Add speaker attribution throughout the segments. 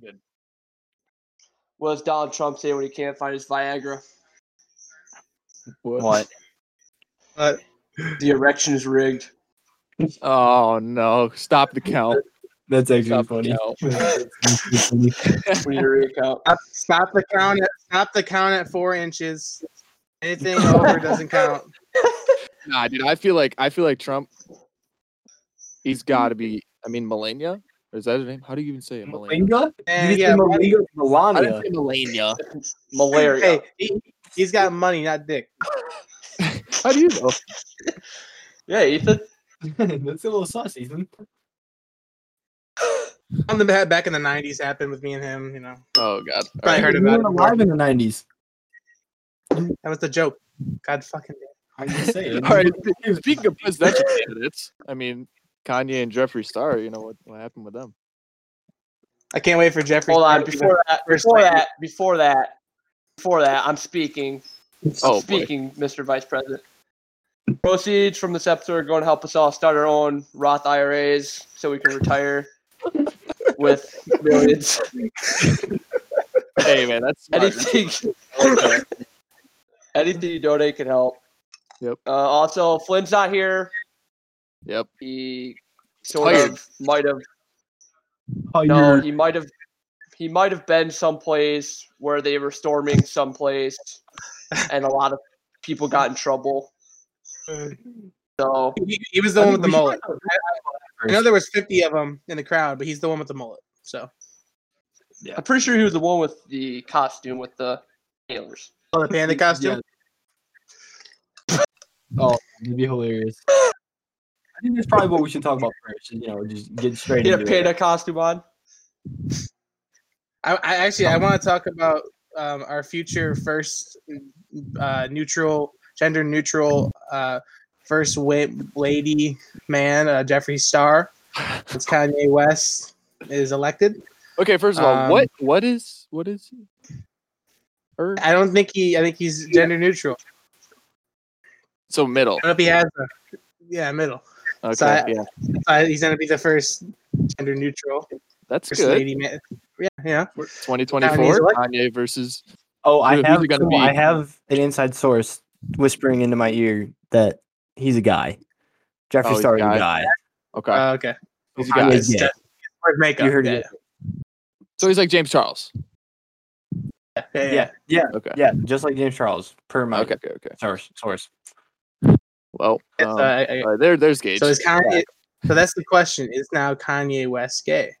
Speaker 1: Good.
Speaker 2: What does Donald Trump say when he can't find his Viagra?
Speaker 3: What?
Speaker 2: The erection is rigged.
Speaker 3: Oh no! Stop the count.
Speaker 4: That's actually
Speaker 3: Stop
Speaker 4: funny.
Speaker 3: the count.
Speaker 2: We need to rig out.
Speaker 5: Stop, stop the count. At, stop the count at four inches. Anything over doesn't count.
Speaker 3: Nah, dude. I feel like I feel like Trump. He's got to be. I mean, Melania. Or is that his name? How do you even say it? Melania.
Speaker 4: Malinga?
Speaker 5: And
Speaker 4: You just
Speaker 5: yeah,
Speaker 4: said
Speaker 5: money-
Speaker 4: Malinga,
Speaker 3: I
Speaker 4: Melania.
Speaker 3: didn't say Melania.
Speaker 2: Malaria.
Speaker 5: hey, he, he's got money, not dick.
Speaker 3: How do you oh, know?
Speaker 2: Yeah, Ethan.
Speaker 4: That's a little sauce, Ethan.
Speaker 5: On the back back in the '90s, happened with me and him. You know,
Speaker 3: Oh God. All
Speaker 5: Probably
Speaker 3: right.
Speaker 5: heard
Speaker 4: You
Speaker 5: about
Speaker 4: weren't alive
Speaker 5: it.
Speaker 4: in the 90s.
Speaker 5: That was the joke. God fucking damn.
Speaker 4: I just say it.
Speaker 3: All right. spe- Speaking of presidential candidates, I mean Kanye and Jeffree Star. You know what, what happened with them?
Speaker 5: I can't wait for Jeffrey.
Speaker 2: Hold on.
Speaker 5: Star to be
Speaker 2: Before that,
Speaker 5: first
Speaker 2: before
Speaker 5: lady.
Speaker 2: that, before that, before that, I'm speaking.
Speaker 3: Oh boy.
Speaker 2: Speaking, Mr. Vice President. Proceeds from this episode are going to help us all start our own Roth IRAs so we can retire with millions.
Speaker 3: Hey man, that's smart.
Speaker 2: Anything, anything you donate can help.
Speaker 3: Yep.
Speaker 2: Uh, also, Flynn's not here.
Speaker 3: Yep.
Speaker 2: He sort
Speaker 3: tired.
Speaker 2: of might have
Speaker 4: Oh,
Speaker 2: no,
Speaker 4: you're-
Speaker 2: he might have he might have been someplace where they were storming someplace, and a lot of people got in trouble. So
Speaker 5: He, he was the
Speaker 4: I
Speaker 5: one
Speaker 4: think
Speaker 5: with the
Speaker 4: we should
Speaker 5: mullet.
Speaker 4: talk about
Speaker 5: I know there was 50 of them in the crowd, but he's the one with the mullet. So
Speaker 2: I'm pretty sure he was the one with the costume with the antlers.
Speaker 5: oh, the panda costume.
Speaker 4: Oh, it'd be hilarious. I think that's probably what we should talk about first. You know, just get straight
Speaker 2: He had a
Speaker 4: into it.
Speaker 2: panda costume on.
Speaker 5: I, I actually I want to talk about um, our future first uh, neutral gender neutral uh, first wa- lady man uh, Jeffree Star. It's Kanye West is elected.
Speaker 3: Okay, first of all,
Speaker 5: Um,
Speaker 3: what what is what is he? Er, Her?
Speaker 5: I don't think he. I think he's gender neutral.
Speaker 3: So middle.
Speaker 5: I don't know if he has. A, yeah, middle.
Speaker 3: Okay,
Speaker 5: so I-
Speaker 3: yeah,
Speaker 5: Uh, he's gonna be the first gender neutral
Speaker 3: that's
Speaker 5: first
Speaker 3: good.
Speaker 5: lady man. Yeah, yeah.
Speaker 3: Twenty twenty four.
Speaker 5: what?
Speaker 3: Kanye versus.
Speaker 4: Oh, I
Speaker 3: Who's it
Speaker 4: have.
Speaker 3: gonna
Speaker 4: so I
Speaker 3: be?
Speaker 4: have an inside source whispering into my ear that he's a guy.
Speaker 3: Oh,
Speaker 4: Jeffree
Speaker 3: he's a
Speaker 4: Star is a
Speaker 3: guy.
Speaker 4: guy.
Speaker 3: Okay,
Speaker 5: Uh, okay.
Speaker 3: he's a
Speaker 5: I'm
Speaker 3: guy.
Speaker 4: Kanye's
Speaker 5: just-
Speaker 4: gay.
Speaker 5: Or makeup.
Speaker 4: You heard
Speaker 5: yeah,
Speaker 4: it.
Speaker 3: So he's like James Charles.
Speaker 5: Yeah, yeah, yeah.
Speaker 4: Yeah, yeah,
Speaker 3: Okay.
Speaker 4: yeah. Just like James Charles, per my
Speaker 3: Okay. Okay. Okay.
Speaker 4: source. Source.
Speaker 3: Well, um,
Speaker 5: So, uh, I- I-
Speaker 3: all right, there, there's Gage.
Speaker 5: so is Kanye? So that's the question: Is now Kanye West gay?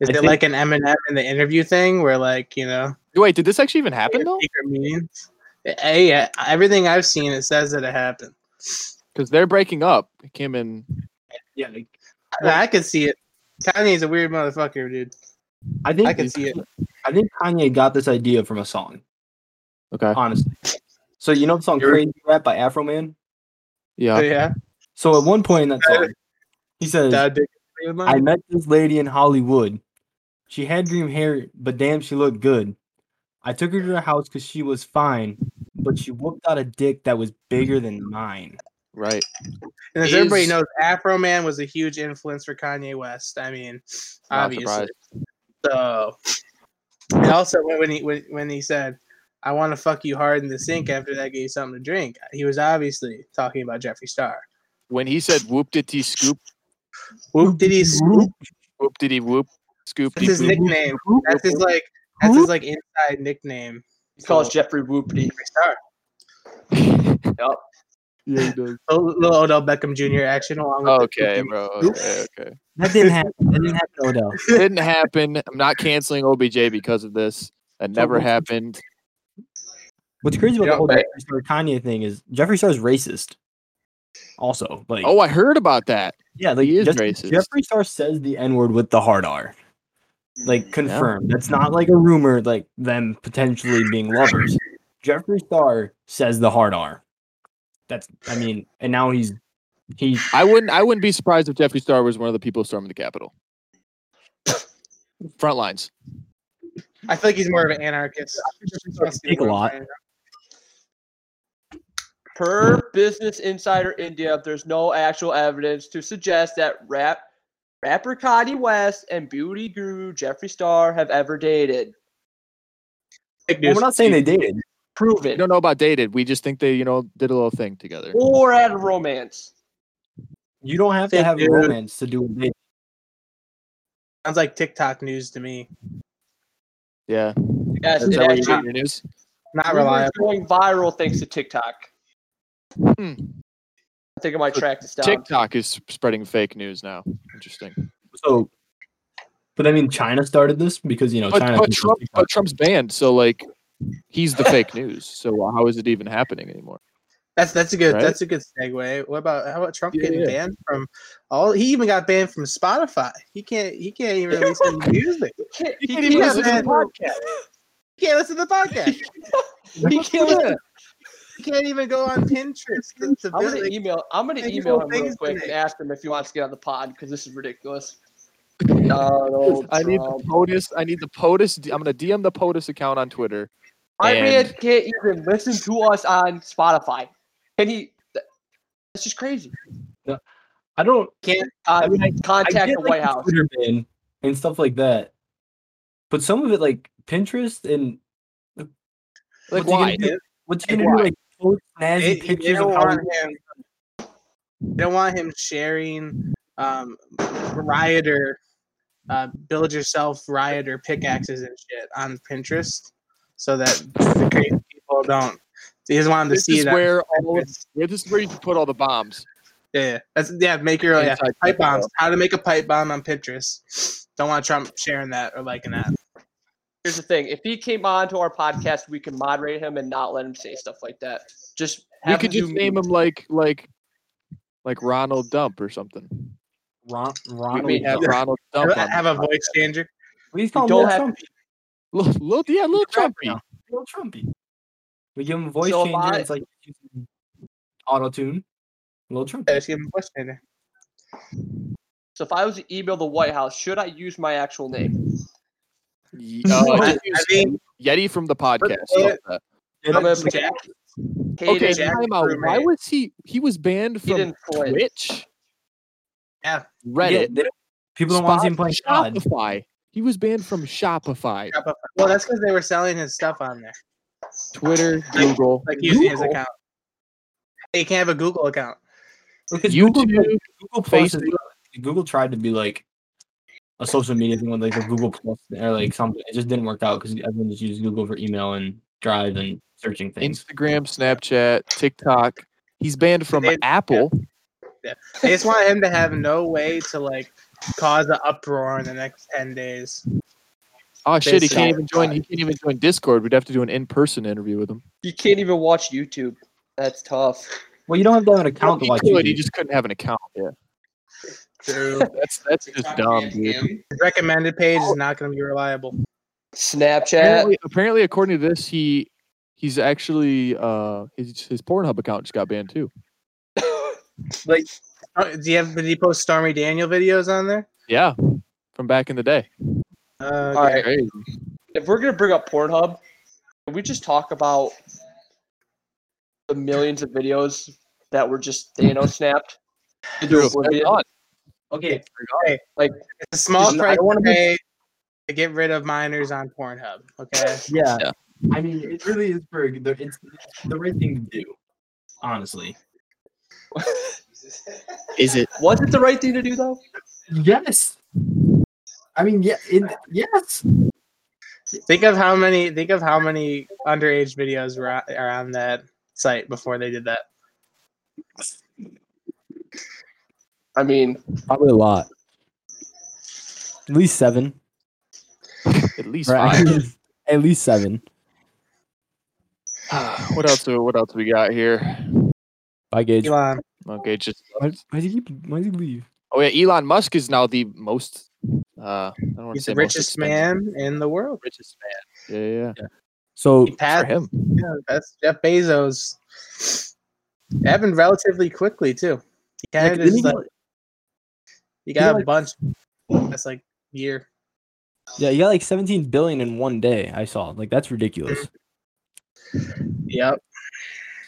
Speaker 5: Is
Speaker 4: I
Speaker 5: it
Speaker 4: think-
Speaker 5: like an Eminem in the interview thing, where like you know
Speaker 3: Wait, did this actually even happen though?
Speaker 5: secret meetings? Eh, Yeah, everything I've seen it says that it happened.
Speaker 3: Because they're breaking up. Kim and
Speaker 4: Yeah,
Speaker 5: I, I could see it. Kanye's a weird motherfucker, dude.
Speaker 4: I think
Speaker 5: I can see it.
Speaker 4: I think Kanye got this idea from a song,
Speaker 3: okay,
Speaker 4: honestly. So you know the song
Speaker 5: You're-
Speaker 4: "Crazy Rap" by Afro Man.
Speaker 3: yeah.
Speaker 5: But yeah,
Speaker 4: So at one point in that song, he says,
Speaker 5: that'd be.
Speaker 4: I met this lady in Hollywood. She had green hair, but damn, she looked good. I took her to her house because she was fine, but she whooped out a dick that was bigger than mine.
Speaker 3: Right.
Speaker 5: And as everybody
Speaker 3: is-
Speaker 5: knows, Afro Man was a huge influence for Kanye West. I mean,
Speaker 3: Not
Speaker 5: obviously.
Speaker 3: surprised.
Speaker 5: So, and also when when he when, when he said, "I want to fuck you hard in the sink after that, give you something to drink," he was obviously talking about Jeffree Star.
Speaker 3: When he said "whoop diddy scoop,
Speaker 5: Whoop did he scoop?
Speaker 3: whoop diddy whoop, scoop
Speaker 5: That's his
Speaker 3: diddy whoop."
Speaker 5: nickname. That's his like that's his like inside nickname.
Speaker 2: He calls
Speaker 5: for
Speaker 2: Jeffrey Whoopity.
Speaker 5: Jeffree Star.
Speaker 3: Yeah, he does.
Speaker 5: Little Oh, little Odell Beckham Jr. action along with the
Speaker 3: Okay,
Speaker 5: Whoop
Speaker 3: bro.
Speaker 5: Whoop.
Speaker 3: Okay, okay.
Speaker 4: That didn't happen. That didn't happen, to Odell.
Speaker 3: Didn't happen. I'm not canceling OBJ because of this. That never
Speaker 4: what's-
Speaker 3: happened.
Speaker 4: What's crazy about
Speaker 5: Yeah,
Speaker 4: the whole
Speaker 5: right.
Speaker 4: Jeffree Star Kanye thing is Jeffree Star's racist. Also, like,
Speaker 3: Oh, I heard about that.
Speaker 4: yeah, like
Speaker 3: he is
Speaker 4: just-
Speaker 3: racist.
Speaker 4: Jeffree Star says the N word with the hard R.
Speaker 5: Mm,
Speaker 4: Like confirmed. That's not like a rumor, like them potentially being lovers. Jeffree Star says the hard R. That's I mean, and now he's he
Speaker 3: I wouldn't. I wouldn't be surprised if Jeffree Star was one of the people storming the Capitol. Front lines.
Speaker 5: Team. I feel like he's more of an anarchist.
Speaker 4: Take a lot.
Speaker 2: Per Business Insider India, there's no actual evidence to suggest that rap rapper Kanye West and beauty guru Jeffree Star have ever dated?
Speaker 4: Well, we're not saying they dated.
Speaker 2: Prove
Speaker 3: We
Speaker 2: it.
Speaker 3: don't know about dated. We just think they, you know, did a little thing together.
Speaker 2: Or had a romance.
Speaker 4: You don't have to
Speaker 5: They
Speaker 4: have
Speaker 5: did.
Speaker 4: romance to do a date.
Speaker 5: sounds like TikTok news to me.
Speaker 3: Yeah.
Speaker 2: Yes,
Speaker 3: Is
Speaker 2: it
Speaker 3: that where you
Speaker 2: actually
Speaker 3: get your news?
Speaker 5: Not
Speaker 2: rumors
Speaker 5: reliable.
Speaker 2: going viral thanks to TikTok.
Speaker 3: Hmm.
Speaker 2: I think I might track this down.
Speaker 3: TikTok is spreading fake news now. Interesting.
Speaker 4: So, but I mean, China started this because you know
Speaker 3: But,
Speaker 4: China.
Speaker 3: but,
Speaker 4: controls
Speaker 3: Trump, but Trump's banned, so like he's the fake news. So how is it even happening anymore?
Speaker 5: That's that's a good
Speaker 3: Right?
Speaker 5: that's a good segue. What about how about Trump
Speaker 3: Yeah,
Speaker 5: getting
Speaker 3: yeah.
Speaker 5: banned from all? He even got banned from Spotify. He can't he can't even release any music.
Speaker 2: He,
Speaker 3: You
Speaker 2: can't
Speaker 3: can't
Speaker 2: even
Speaker 5: even
Speaker 2: listen to the
Speaker 5: listen
Speaker 2: podcast.
Speaker 5: He can't listen to the podcast.
Speaker 2: He can't listen.
Speaker 5: He can't even go on Pinterest. To, to
Speaker 2: I'm
Speaker 5: build,
Speaker 2: gonna
Speaker 5: like,
Speaker 2: email. I'm gonna
Speaker 5: Thank you
Speaker 2: email
Speaker 5: for
Speaker 2: him real
Speaker 5: things
Speaker 2: quick and
Speaker 5: today.
Speaker 2: ask him if he wants to get on the pod because this is ridiculous. Donald
Speaker 3: I need
Speaker 2: Trump.
Speaker 3: the POTUS. I need the POTUS. I'm gonna DM the POTUS account on Twitter.
Speaker 2: My
Speaker 3: And-
Speaker 2: man can't even listen to us on Spotify. Can he? th- That's just crazy.
Speaker 4: I don't
Speaker 5: can't
Speaker 2: Uh,
Speaker 4: I mean, I-
Speaker 2: contact
Speaker 4: I get,
Speaker 2: the
Speaker 4: like,
Speaker 2: White House.
Speaker 4: Twitter ban and stuff like that. But some of it, like Pinterest, and
Speaker 3: Like
Speaker 4: What's he gonna
Speaker 3: why?
Speaker 4: do? what's you
Speaker 5: Like,
Speaker 4: gonna do,
Speaker 5: why?
Speaker 4: like post
Speaker 5: they,
Speaker 4: snazzy
Speaker 5: they
Speaker 4: pictures
Speaker 5: don't
Speaker 4: of how
Speaker 5: want him. They don't want him sharing um, rioter, uh, build yourself rioter pickaxes and shit on Pinterest, so that the crazy people don't. He doesn't want them to
Speaker 3: This
Speaker 5: see
Speaker 3: is
Speaker 5: that.
Speaker 3: where all of, yeah, this is where you can put all the bombs.
Speaker 5: Yeah, that's yeah. Make your own, yeah,
Speaker 3: Inside
Speaker 5: pipe
Speaker 3: people.
Speaker 5: bombs. How to make a pipe bomb on Pinterest. Don't want Trump sharing that or liking that.
Speaker 2: Here's the thing: if he came on to our podcast, we can moderate him and not let him say stuff like that. Just
Speaker 3: We
Speaker 2: have
Speaker 3: could
Speaker 2: him
Speaker 3: just
Speaker 2: do
Speaker 3: name him like like like Ronald Dump or something.
Speaker 4: Ron,
Speaker 3: We
Speaker 4: Ronald.
Speaker 3: may have
Speaker 4: Trump.
Speaker 3: Ronald Dump.
Speaker 5: Have,
Speaker 3: On.
Speaker 5: have a voice changer.
Speaker 4: we just call him
Speaker 2: don't
Speaker 4: Little
Speaker 2: have-
Speaker 4: Trumpy.
Speaker 3: Little, little, yeah, little
Speaker 4: Rapper
Speaker 3: Trumpy.
Speaker 4: now. Little Trumpy. We give him a voice
Speaker 2: So if
Speaker 4: changer.
Speaker 2: I-
Speaker 4: It's like auto tune. Little Trumpy.
Speaker 5: Yeah, just give him a voice changer.
Speaker 2: So if I was to email the White House, should I use my actual name?
Speaker 3: Ye- Uh,
Speaker 5: I-
Speaker 3: just
Speaker 5: I
Speaker 3: use
Speaker 5: mean,
Speaker 3: Yeti from the podcast.
Speaker 5: Yeah.
Speaker 3: Love that.
Speaker 4: Yeah,
Speaker 2: I'm gonna
Speaker 4: that's-
Speaker 2: put
Speaker 5: Jack-
Speaker 2: Hayden,
Speaker 3: Okay,
Speaker 5: Jack
Speaker 3: time out. Why
Speaker 5: Brubaker.
Speaker 3: was he? He was banned from
Speaker 2: Hayden Flynn.
Speaker 3: Twitch,
Speaker 5: yeah,
Speaker 4: yeah,
Speaker 3: Reddit,
Speaker 4: they don't- people don't want to see him
Speaker 3: Spot-
Speaker 4: playing God.
Speaker 3: Shopify. He was banned from Shopify,
Speaker 5: Shopify. well, that's because they were selling his stuff on there,
Speaker 3: Twitter, Google,
Speaker 5: like using his
Speaker 4: Google?
Speaker 5: account. He can't have a Google account.
Speaker 4: Because Google,
Speaker 3: YouTube.
Speaker 4: Google Plus is,
Speaker 3: Facebook.
Speaker 4: Google tried to be like a social media thing with like a Google Plus or like something. It just didn't work out because everyone just used Google for email and Drive and searching things.
Speaker 3: Instagram, Snapchat, TikTok. He's banned from
Speaker 5: They-
Speaker 3: Apple.
Speaker 5: They just want him to have no way to like cause an uproar in the next ten days.
Speaker 3: Oh
Speaker 5: They
Speaker 3: shit, he
Speaker 5: said-
Speaker 3: can't even join. He can't even join Discord. We'd have to do an in-person interview with him.
Speaker 2: You can't even watch YouTube. That's tough.
Speaker 4: Well, you don't have to have an account to
Speaker 3: he,
Speaker 4: watch.
Speaker 3: could, he
Speaker 4: YouTube.
Speaker 3: just couldn't have an account. Yeah,
Speaker 5: True.
Speaker 3: that's that's just dumb, dude.
Speaker 5: His recommended page is not going to be reliable.
Speaker 2: Snapchat.
Speaker 3: Apparently, apparently, according to this, he he's actually uh his his Pornhub account just got banned too.
Speaker 5: Like, uh, do you have? Did he post Stormy Daniel videos on there?
Speaker 3: Yeah, from back in the day.
Speaker 5: Uh,
Speaker 2: All right.
Speaker 3: Crazy.
Speaker 2: If we're gonna bring up Pornhub, can we just talk about the millions of videos that were just Thanos snapped? into
Speaker 3: True.
Speaker 2: oblivion?
Speaker 4: okay.
Speaker 5: It's a small
Speaker 4: Just- I
Speaker 5: price
Speaker 4: don't wanna
Speaker 5: to
Speaker 4: be-
Speaker 5: pay to get rid of minors on Pornhub. Okay.
Speaker 4: Yeah.
Speaker 3: Yeah.
Speaker 4: I mean, it really is for the, it's the right thing to do. Honestly.
Speaker 3: Is it?
Speaker 2: Was it the right thing to do though?
Speaker 4: Yes. I mean, yeah. It, yes.
Speaker 5: think of how many. Think of how many underage videos were on, are on that site before they did that.
Speaker 2: I mean,
Speaker 4: Probably a lot. At least seven.
Speaker 3: At least
Speaker 4: Right.
Speaker 3: five.
Speaker 4: At least seven.
Speaker 3: what else? do- What else we got here?
Speaker 4: By Gage.
Speaker 5: Elon,
Speaker 3: Okay, just
Speaker 4: Why did he? Why did he leave?
Speaker 3: oh yeah, Elon Musk is now the most. Uh, I don't want to
Speaker 5: he's
Speaker 3: say
Speaker 5: the
Speaker 3: most
Speaker 5: richest
Speaker 3: expensive-
Speaker 5: man in the world.
Speaker 3: Richest man. Yeah, yeah.
Speaker 4: So
Speaker 5: He
Speaker 3: yeah. For
Speaker 5: passed.
Speaker 3: him.
Speaker 5: yeah, that's Jeff Bezos. It happened relatively quickly too. He got
Speaker 4: didn't he
Speaker 5: his, like,
Speaker 4: get-
Speaker 5: he got
Speaker 4: he
Speaker 5: a
Speaker 4: like-
Speaker 5: bunch. That's like year.
Speaker 4: yeah, you got like 17 billion in one day. I saw. Like that's ridiculous.
Speaker 5: Yep.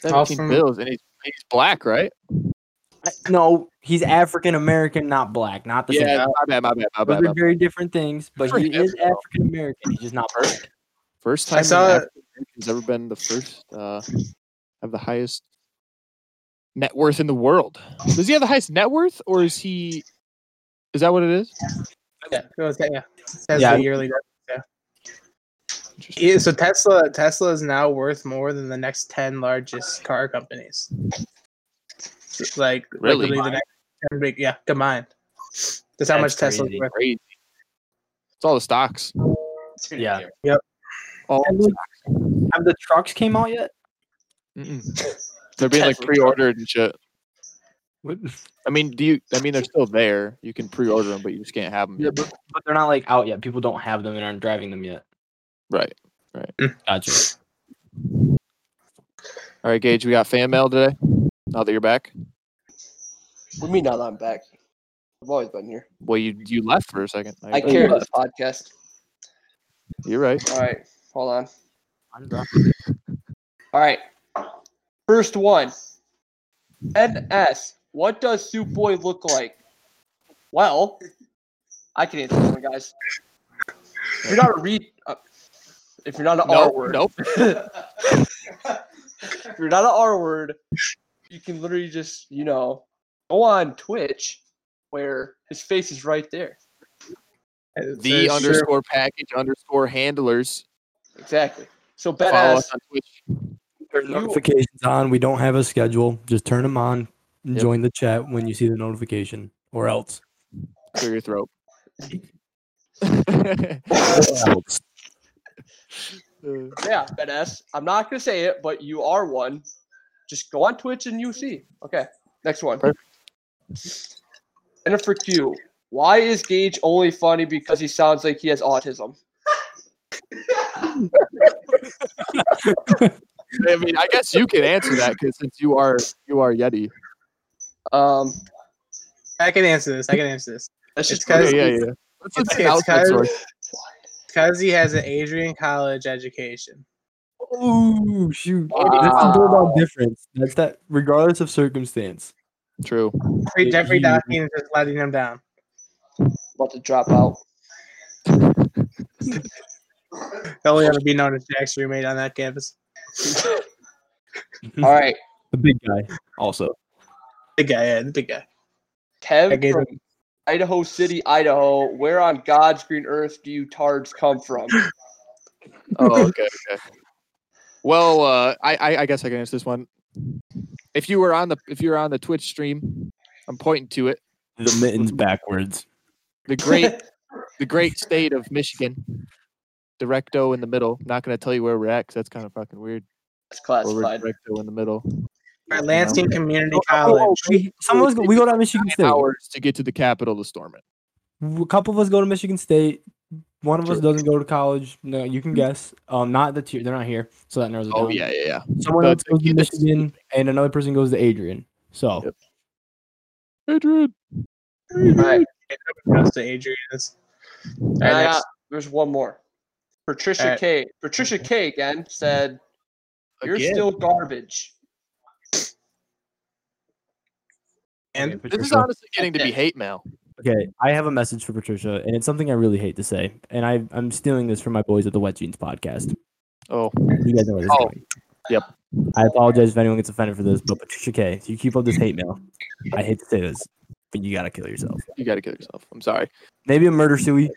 Speaker 5: All
Speaker 3: Seventeen
Speaker 5: from-
Speaker 3: bills, and he's he's black, right?
Speaker 4: no, he's African American, not black, not the
Speaker 3: yeah,
Speaker 4: same.
Speaker 3: my bad, my bad, my bad.
Speaker 4: Those
Speaker 3: my
Speaker 4: are
Speaker 3: bad.
Speaker 4: very different things, but
Speaker 3: For
Speaker 4: he
Speaker 3: him,
Speaker 4: is
Speaker 3: though.
Speaker 4: African American. He's just not black.
Speaker 3: First
Speaker 5: I
Speaker 3: time I
Speaker 5: saw-
Speaker 3: saw has ever been the first uh, have the highest net worth in the world. Does he have the highest net worth, or is he? Is that what it is?
Speaker 5: Yeah, go with that, yeah. Tesla
Speaker 4: Yeah.
Speaker 5: yearly.
Speaker 3: Interesting.
Speaker 5: Yeah, so Tesla, Tesla is now worth more than the next ten largest car companies. Like
Speaker 3: Really?
Speaker 5: literally the next 10 big, yeah, combined. That's how
Speaker 4: That's
Speaker 5: much Tesla's
Speaker 4: crazy.
Speaker 5: worth.
Speaker 3: Crazy. It's all the stocks.
Speaker 4: Yeah.
Speaker 3: All
Speaker 4: Have, like, have the trucks came out yet?
Speaker 3: Mm-mm. They're being like pre-ordered and shit. I mean, do you? I mean, they're still there. You can pre-order them, but you just can't have them.
Speaker 4: Yeah, but, but they're not like out yet. People don't have them and aren't driving them yet.
Speaker 3: Right.
Speaker 4: Gotcha.
Speaker 3: All right, Gage. We got fan mail today. Now that you're back,
Speaker 2: What do you mean now that I'm back? I've always been here.
Speaker 3: well, you you left for a second.
Speaker 2: I carry this podcast.
Speaker 3: You're right.
Speaker 2: All right, hold on. All right. First one. NS. What does Soup Boy look like? Well, I can answer this one, guys. If you're not a re, uh, if you're not an R
Speaker 3: No,
Speaker 2: word,
Speaker 3: nope.
Speaker 2: if you're not an R word, you can literally just you know go on Twitch, where his face is right there.
Speaker 5: It's-
Speaker 3: The
Speaker 5: it's true.
Speaker 3: underscore package underscore handlers.
Speaker 2: Exactly. So
Speaker 3: Follow
Speaker 2: badass.
Speaker 3: us on Twitch.
Speaker 4: Turn
Speaker 2: You-
Speaker 4: notifications on. We don't have a schedule. Just turn them on. and
Speaker 3: Yep.
Speaker 4: Join the chat when you see the notification, or else.
Speaker 3: Clear your throat.
Speaker 2: Yeah, badass. I'm not gonna say it, but you are one. Just go on Twitch and you see. Okay, next one. And for Q, why is Gage only funny because he sounds like he has autism?
Speaker 3: I mean, I guess you can answer that because since you are you are Yeti.
Speaker 2: Um,
Speaker 5: I can answer this. I can answer this.
Speaker 2: that's
Speaker 5: It's
Speaker 2: just
Speaker 5: kind
Speaker 2: kind of
Speaker 5: of-
Speaker 3: yeah, yeah, yeah. Let's
Speaker 5: it's-
Speaker 3: look at
Speaker 5: it's
Speaker 3: outside
Speaker 5: kinda-
Speaker 3: source.
Speaker 5: Because he has an Adrian College education.
Speaker 4: Oh shoot! That's
Speaker 2: Wow.
Speaker 4: the double difference. That's that, regardless of circumstance.
Speaker 3: True.
Speaker 5: Free
Speaker 4: Yeah,
Speaker 5: Jeffrey
Speaker 4: he-
Speaker 5: Dawkins is letting him down.
Speaker 2: about to drop out.
Speaker 5: He'll only ever be known as Jack's roommate on that campus.
Speaker 2: All right,
Speaker 4: The big guy, also.
Speaker 5: Big guy, yeah, the big guy. I
Speaker 2: Kev
Speaker 5: gave
Speaker 2: from
Speaker 5: him.
Speaker 2: Idaho City, Idaho. Where on God's green earth do you tards come from?
Speaker 3: Oh, okay, okay. Well, uh, I, I I guess I can answer this one. If you were on the if you were on the Twitch stream, I'm pointing to it.
Speaker 4: The mittens backwards.
Speaker 3: The great the great state of Michigan. Directo in the middle. Not gonna tell you where we're at because that's kind of fucking weird.
Speaker 2: That's
Speaker 3: Or we're
Speaker 2: classified.
Speaker 3: directo in the middle.
Speaker 5: All right, Lansing Community
Speaker 4: Oh, oh,
Speaker 5: College.
Speaker 4: oh, we, some of us go, we go to Michigan
Speaker 3: Nine
Speaker 4: State.
Speaker 3: hours to get to the capital to storm it.
Speaker 4: A couple of us go to Michigan State. One of us
Speaker 3: True.
Speaker 4: doesn't go to college. No, you can guess. Um, not the tier. They're not here, so that narrows it
Speaker 3: Mm-hmm. Oh
Speaker 4: down.
Speaker 3: yeah, yeah, yeah.
Speaker 4: Someone
Speaker 3: The-
Speaker 4: else
Speaker 3: the
Speaker 4: goes to
Speaker 3: kid that's-
Speaker 4: Michigan, and another person goes to Adrian. So
Speaker 3: Yep. Adrian.
Speaker 5: All right. Goes to Adrian. That's- All right,
Speaker 2: And I
Speaker 5: next.
Speaker 2: got- uh, there's one more. Patricia
Speaker 5: Alright.
Speaker 2: K. Patricia K. Again said, "You're
Speaker 3: Again?
Speaker 2: still garbage."
Speaker 5: And
Speaker 3: This is
Speaker 4: Patricia.
Speaker 3: honestly getting to be hate mail.
Speaker 4: Okay, I have a message for Patricia, and it's something I really hate to say, and I, I'm stealing this from my boys at the Wet Jeans podcast.
Speaker 3: Oh,
Speaker 4: You guys know where this is
Speaker 3: Oh,
Speaker 4: going.
Speaker 3: yep.
Speaker 4: I apologize if anyone gets offended for this, but Patricia K, if you keep up this hate mail, I hate to say this, but you gotta kill yourself.
Speaker 3: you got to kill yourself. I'm sorry.
Speaker 4: Maybe a murder suey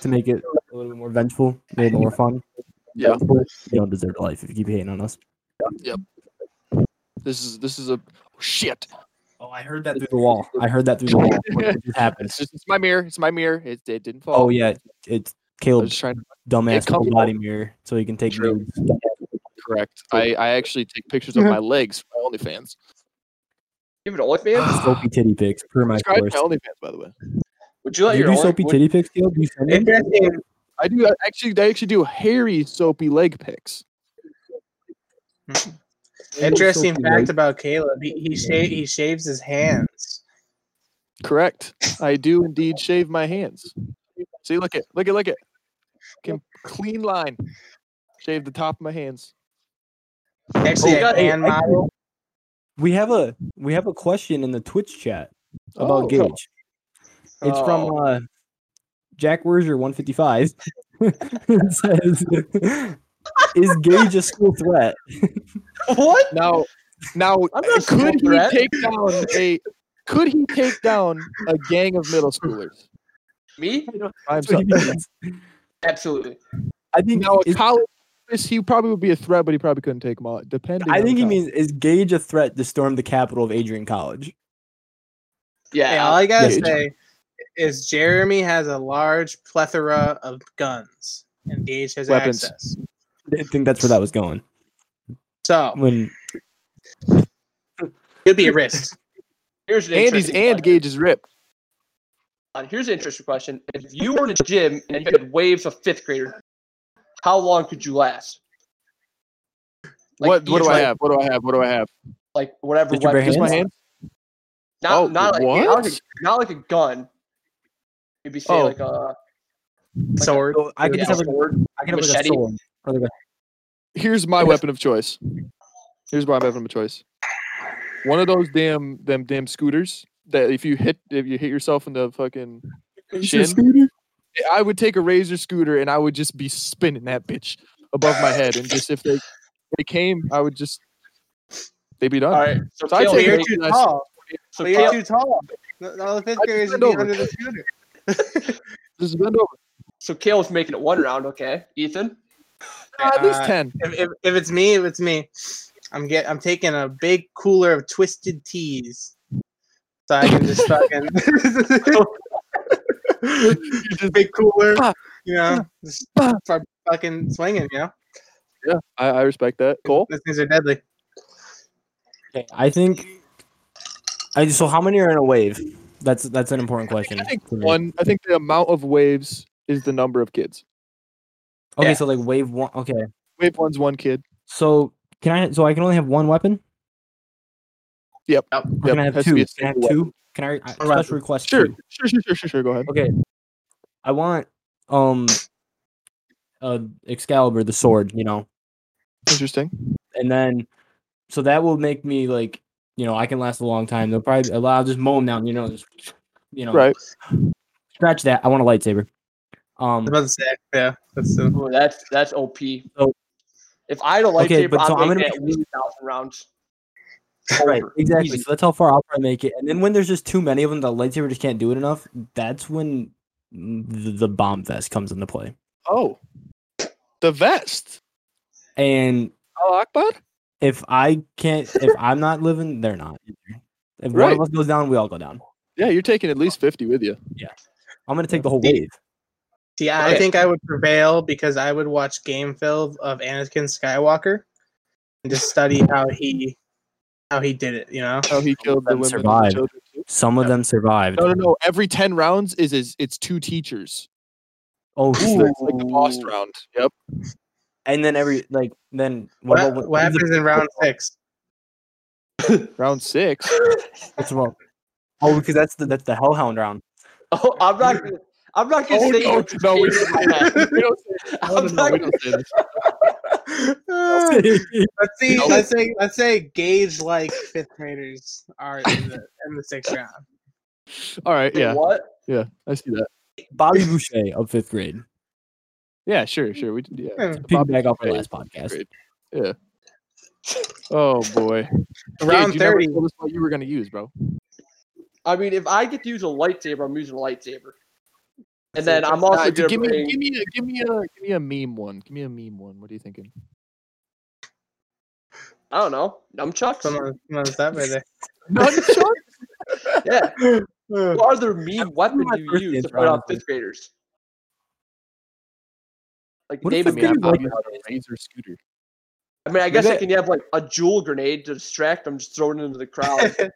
Speaker 4: to make it a little bit more vengeful, a little more fun.
Speaker 3: Yeah,
Speaker 4: You don't deserve a life if you keep hating on us.
Speaker 3: this is this is a oh, shit.
Speaker 4: Oh, I heard that through the wall. I heard that through the wall. What just happened?
Speaker 3: It's just it's my mirror. It's my mirror. It, it didn't fall.
Speaker 4: Oh yeah, it's
Speaker 3: I was
Speaker 4: Caleb's
Speaker 3: just trying to
Speaker 4: dumbass
Speaker 3: it comes
Speaker 4: full body mirror, so he can take
Speaker 3: True.
Speaker 4: nudes.
Speaker 3: correct.
Speaker 4: Oh.
Speaker 3: I I actually take pictures of my legs for my OnlyFans.
Speaker 2: Give it to OnlyFans.
Speaker 4: soapy titty pics per my
Speaker 3: Subscribe to my
Speaker 4: course.
Speaker 3: OnlyFans, by the way.
Speaker 2: Would you let
Speaker 4: Do you
Speaker 2: your
Speaker 4: do
Speaker 2: Only-
Speaker 4: soapy
Speaker 2: would-
Speaker 4: titty pics, Caleb? Do you send them?
Speaker 5: interesting.
Speaker 3: I do I actually. They actually do hairy, soapy leg pics.
Speaker 5: Interesting
Speaker 4: Soapy
Speaker 5: fact
Speaker 4: leg-
Speaker 5: about Caleb. He he, sha- he shaves his hands.
Speaker 3: Correct. I do indeed shave my hands. See, look at look at look at. Can clean line. Shave the top of my hands.
Speaker 5: Actually,
Speaker 2: Oh,
Speaker 5: a
Speaker 2: God,
Speaker 5: hand
Speaker 4: I- I-
Speaker 5: model.
Speaker 4: We have a we have a question in the Twitch chat about
Speaker 3: Oh,
Speaker 4: Gage. It's
Speaker 2: Oh.
Speaker 4: from uh, Jack Werzer, one fifty five. it says, "Is Gage a school threat?"
Speaker 2: What?
Speaker 3: Now, now
Speaker 2: I'm not a
Speaker 3: could he
Speaker 2: school threat.
Speaker 3: take down a? Could he take down a gang of middle schoolers?
Speaker 2: Me?
Speaker 3: I'm
Speaker 4: That's what
Speaker 3: sorry.
Speaker 4: he means.
Speaker 2: Absolutely.
Speaker 4: I think
Speaker 3: Now a
Speaker 4: is-
Speaker 3: college, he probably would be a threat, but he probably couldn't take them out. Depending,
Speaker 4: I
Speaker 3: on
Speaker 4: think he
Speaker 3: college.
Speaker 4: means is Gage a threat to storm the capital of Adrian College?
Speaker 5: Hey,
Speaker 2: Yeah. uh,
Speaker 5: all I gotta
Speaker 4: Yeah, John.
Speaker 5: say is Jeremy has a large plethora of guns, and Gage has
Speaker 3: Weapons.
Speaker 5: access.
Speaker 4: I think that's where that was going.
Speaker 5: So
Speaker 4: When
Speaker 5: it'd be a risk.
Speaker 2: Here's an
Speaker 3: Andy's
Speaker 2: interesting
Speaker 3: and
Speaker 2: question.
Speaker 3: Gage is ripped.
Speaker 2: Uh, Here's an interesting question. If you were in a gym and you had waves of fifth grader, how long could you last? Like,
Speaker 3: what? What
Speaker 2: each,
Speaker 3: do I
Speaker 2: like-
Speaker 3: have? What do I have? What do I have?
Speaker 2: Like whatever
Speaker 4: Did you bring
Speaker 3: Just
Speaker 2: weapon.
Speaker 3: my
Speaker 4: Hands?
Speaker 3: hand.
Speaker 2: Not,
Speaker 3: Oh,
Speaker 2: not, like, not
Speaker 3: what?
Speaker 2: like a, not like a gun. Maybe say
Speaker 3: Oh.
Speaker 2: like a
Speaker 5: Sword.
Speaker 4: so I could
Speaker 2: yeah,
Speaker 4: just have like,
Speaker 2: sword.
Speaker 4: I could have like a
Speaker 2: machete.
Speaker 4: sword or like a-
Speaker 3: Here's my
Speaker 2: Yes.
Speaker 3: weapon of choice. Here's my weapon of choice. One of those damn them damn scooters that if you hit if you hit yourself in the fucking Shin? I would take a razor scooter and I would just be spinning that bitch above my head and just if they they came I would just they'd be done.
Speaker 2: All right. So,
Speaker 3: So I'd
Speaker 2: Kale-
Speaker 3: say
Speaker 5: But you're
Speaker 3: Gage
Speaker 5: too
Speaker 3: is-
Speaker 5: tall.
Speaker 2: so
Speaker 5: But you're
Speaker 2: Kale-
Speaker 5: too tall. No, no, the fifth
Speaker 3: I
Speaker 5: graders
Speaker 3: turned
Speaker 5: would be
Speaker 3: over.
Speaker 5: under the shooter.
Speaker 3: Just bend over.
Speaker 2: So Kale's making it one round, okay? Ethan,
Speaker 3: Ah, at least
Speaker 5: Uh,
Speaker 3: ten.
Speaker 5: If, if, if it's me, if it's me, I'm get I'm taking a big cooler of twisted teas, so I can just fucking big cooler, you know, just start fucking swinging. You know,
Speaker 3: Yeah, I, I respect that. Cole?
Speaker 5: those things are deadly.
Speaker 4: Okay, I think. I so how many are in a wave? That's that's an important question.
Speaker 3: I think
Speaker 4: for me.
Speaker 3: one I think the amount of waves is the number of kids.
Speaker 4: Okay,
Speaker 2: yeah.
Speaker 4: so like wave one. Okay,
Speaker 3: Wave one's one kid.
Speaker 4: so can I? So I can only have one weapon.
Speaker 3: Yep.
Speaker 5: Yep.
Speaker 4: Or
Speaker 3: Yep,
Speaker 4: can I have
Speaker 3: has to
Speaker 4: two?
Speaker 3: be a
Speaker 4: Can I have
Speaker 3: single
Speaker 4: two? Can I, I
Speaker 5: weapon.
Speaker 4: special request?
Speaker 3: Sure.
Speaker 4: two.
Speaker 3: Sure, sure, sure, sure, sure. Go ahead.
Speaker 4: Okay. I want um, uh, Excalibur the sword. You know,
Speaker 3: Interesting.
Speaker 4: and then so that will make me like you know I can last a long time. They'll probably allow just mow them down. You know, just you know,
Speaker 3: Right.
Speaker 4: scratch that. I want a lightsaber.
Speaker 5: I
Speaker 4: Um,
Speaker 5: was about to say, yeah, that's the
Speaker 2: Ooh, that's that's OP.
Speaker 4: So-
Speaker 2: if I had a lightsaber,
Speaker 4: Okay, but so
Speaker 2: I'm
Speaker 4: I'm
Speaker 2: going
Speaker 4: gonna
Speaker 2: at
Speaker 4: be-
Speaker 2: least thousand rounds.
Speaker 4: right,
Speaker 2: Over.
Speaker 4: exactly.
Speaker 2: Easy.
Speaker 4: So that's how far I'll probably make it. And then when there's just too many of them, the lightsaber just can't do it enough. That's when the, the bomb vest comes into play.
Speaker 3: Oh. The vest.
Speaker 4: And
Speaker 3: Al Akbar?
Speaker 4: if I can't, if I'm not living, they're not. either. If one
Speaker 3: Right.
Speaker 4: of us goes down, we all go down.
Speaker 3: Yeah, you're taking at least 50 with you.
Speaker 4: I'm gonna take the whole wave.
Speaker 5: See, I
Speaker 2: Okay.
Speaker 5: think I would prevail because I would watch game film of Anakin Skywalker and just study how he how he did it. You know,
Speaker 3: How he killed the
Speaker 4: them
Speaker 3: women and the
Speaker 4: survive.
Speaker 3: children. too.
Speaker 4: Some of
Speaker 3: Yeah.
Speaker 4: them survived.
Speaker 3: No, no, no. Every 10 rounds is, is it's two teachers.
Speaker 4: Oh,
Speaker 3: So
Speaker 4: snap.
Speaker 3: it's like the boss round. Yep.
Speaker 4: and then every like then what,
Speaker 5: what,
Speaker 4: about-
Speaker 5: what
Speaker 4: what's the-
Speaker 5: happens in round six?
Speaker 3: Round six.
Speaker 4: what's wrong? Oh, because that's the that's the hellhound round.
Speaker 2: Oh, I'm not. gonna- I'm not gonna
Speaker 3: Oh,
Speaker 2: say.
Speaker 3: no,
Speaker 2: what you
Speaker 3: no, we,
Speaker 2: changed my mind.
Speaker 3: we don't say
Speaker 2: I'm
Speaker 3: no, no, no,
Speaker 2: not
Speaker 3: we don't say this.
Speaker 5: Ah, let's see.
Speaker 3: No.
Speaker 5: Let's say let's say gauge like fifth graders are in the in the sixth round.
Speaker 3: All right. Yeah.
Speaker 2: What?
Speaker 3: Yeah. I see that.
Speaker 4: Bobby Boucher of fifth grade.
Speaker 3: Yeah. Sure. Sure. We did. Yeah.
Speaker 5: Hmm.
Speaker 3: Bobby
Speaker 4: Feedback off our
Speaker 3: Boucher.
Speaker 4: last podcast.
Speaker 3: Great. Oh, boy.
Speaker 5: Round
Speaker 3: Dude, you
Speaker 5: thirty.
Speaker 3: never told us what you were going to use, bro.
Speaker 2: I mean, if I get to use a lightsaber, I'm using a lightsaber. And then I'm also
Speaker 3: Nah, dude,
Speaker 2: gonna
Speaker 3: uh, give, me,
Speaker 2: bring-
Speaker 3: give, me a, give, me a, give me a meme one. Give me a meme one. What are you thinking?
Speaker 2: I don't know. Nunchucks.
Speaker 5: Someone, someone's that right there.
Speaker 3: Nunchuck?
Speaker 2: yeah.
Speaker 5: Uh,
Speaker 2: What other mean weapon
Speaker 4: my
Speaker 2: do you
Speaker 4: first
Speaker 2: use to
Speaker 4: answer,
Speaker 2: put out
Speaker 4: honestly.
Speaker 2: fifth graders? Like
Speaker 4: What if
Speaker 2: name
Speaker 3: I
Speaker 2: a
Speaker 4: fifth
Speaker 3: mean,
Speaker 2: mean,
Speaker 3: I'm
Speaker 4: graders
Speaker 3: not
Speaker 4: like
Speaker 3: using a razor scooter.
Speaker 2: I mean, I guess I
Speaker 4: Maybe-
Speaker 2: can have like a jewel grenade to distract them, just throw it into the crowd. and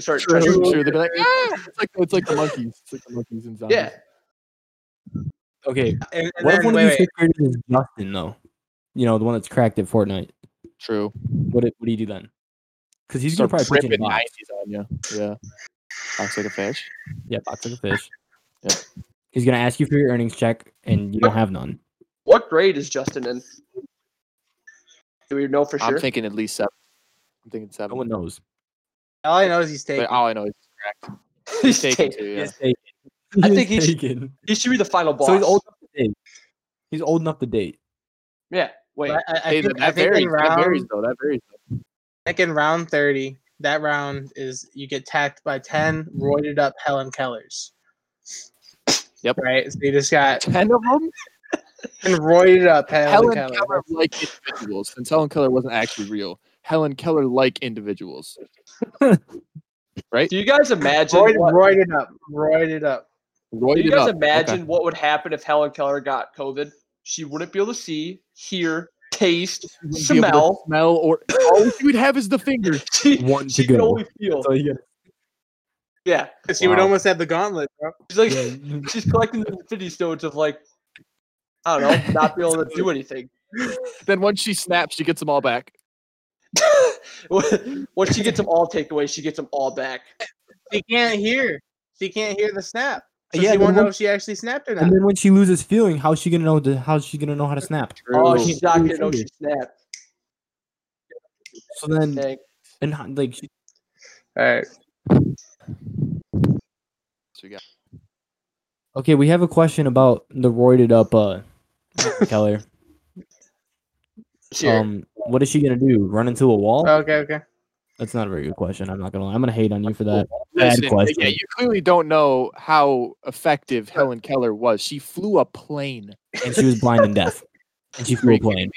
Speaker 2: start
Speaker 3: Sure,
Speaker 2: trashing them.
Speaker 3: sure. They'd be like, ah! It's like it's like the monkeys. It's like the monkeys and zombies.
Speaker 2: Yeah.
Speaker 4: Okay,
Speaker 5: and, and
Speaker 4: what if one of
Speaker 5: then, wait,
Speaker 4: these
Speaker 5: wait.
Speaker 4: fifth graders is Justin though? You know the one that's cracked at Fortnite.
Speaker 3: True.
Speaker 4: What do- what do you do then? Because he's
Speaker 3: Start
Speaker 4: gonna probably put you in a
Speaker 3: ripping
Speaker 4: box.
Speaker 3: nineties on you. Yeah. Acts like a fish.
Speaker 4: Yeah, box like a fish.
Speaker 3: Yep.
Speaker 4: He's gonna ask you for your earnings check, and you don't have none.
Speaker 2: What grade is Justin in? Do we know for sure?
Speaker 3: I'm thinking at least seven. I'm thinking
Speaker 4: No
Speaker 3: seven.
Speaker 4: one knows.
Speaker 5: All I know is he's taken.
Speaker 3: Like, all I know is
Speaker 2: He's
Speaker 3: taken
Speaker 2: taken.
Speaker 3: too. Yeah.
Speaker 4: He's taken.
Speaker 2: I think he
Speaker 4: he's
Speaker 2: should-
Speaker 4: taken.
Speaker 2: He should be the final boss.
Speaker 4: So he's old enough to date. He's old enough to date.
Speaker 2: Yeah. Wait.
Speaker 5: But I, I, I
Speaker 3: Hey,
Speaker 5: think,
Speaker 3: that,
Speaker 5: I
Speaker 3: that
Speaker 5: think
Speaker 3: varies.
Speaker 5: in
Speaker 3: that varies
Speaker 5: round,
Speaker 3: though. That varies.
Speaker 5: I think in round thirty, that round is you get tacked by ten roided up Helen Kellers.
Speaker 3: Yep.
Speaker 5: Right. So you just got
Speaker 3: Ten of them.
Speaker 5: and roided up Helen,
Speaker 3: Helen
Speaker 5: Keller.
Speaker 3: Keller like individuals, since Helen Keller wasn't actually real. Helen Keller like individuals.
Speaker 2: Do you guys imagine?
Speaker 5: Roided,
Speaker 2: what-
Speaker 5: roided up. Roided up.
Speaker 3: Roided
Speaker 2: Do you guys
Speaker 3: up.
Speaker 2: imagine
Speaker 3: Okay.
Speaker 2: what would happen if Helen Keller got COVID? She wouldn't be able to see, hear, taste,
Speaker 3: Wouldn't be able to
Speaker 2: smell.
Speaker 3: smell, or all she would have is the fingers.
Speaker 2: She,
Speaker 4: One
Speaker 2: she
Speaker 4: to
Speaker 2: could
Speaker 4: go.
Speaker 2: only feel.
Speaker 4: So he
Speaker 2: Yeah.
Speaker 5: She would
Speaker 4: Wow.
Speaker 5: almost have the gauntlet, bro.
Speaker 2: She's like,
Speaker 4: got,
Speaker 2: she's collecting the infinity stones of like, I don't know, not being able to do anything.
Speaker 3: Then once she snaps, she gets them all back.
Speaker 2: Once she gets them all taken away, she gets them all back.
Speaker 5: She can't hear. She can't hear the snap.
Speaker 4: Yeah,
Speaker 5: So she
Speaker 4: then
Speaker 5: won't
Speaker 4: what-
Speaker 5: know if she actually snapped or not.
Speaker 4: and then when she loses feeling, how's she gonna know? The, how's she gonna know how to snap?
Speaker 2: Oh,
Speaker 4: True.
Speaker 2: she's not gonna know she snapped.
Speaker 4: So then,
Speaker 2: Dang.
Speaker 4: and how- like, she,
Speaker 5: All right.
Speaker 3: So we got
Speaker 4: okay, we have a question about the roided up uh Keller.
Speaker 2: Sure.
Speaker 4: Um, what is she gonna do? Run into a wall?
Speaker 5: Okay. Okay.
Speaker 4: That's not a very good question. I'm not gonna lie. I'm gonna hate on you for that. Bad
Speaker 3: Listen,
Speaker 4: question.
Speaker 3: yeah, you clearly don't know how effective Helen Keller was. She flew a plane.
Speaker 4: And she was blind and deaf. And she flew a plane.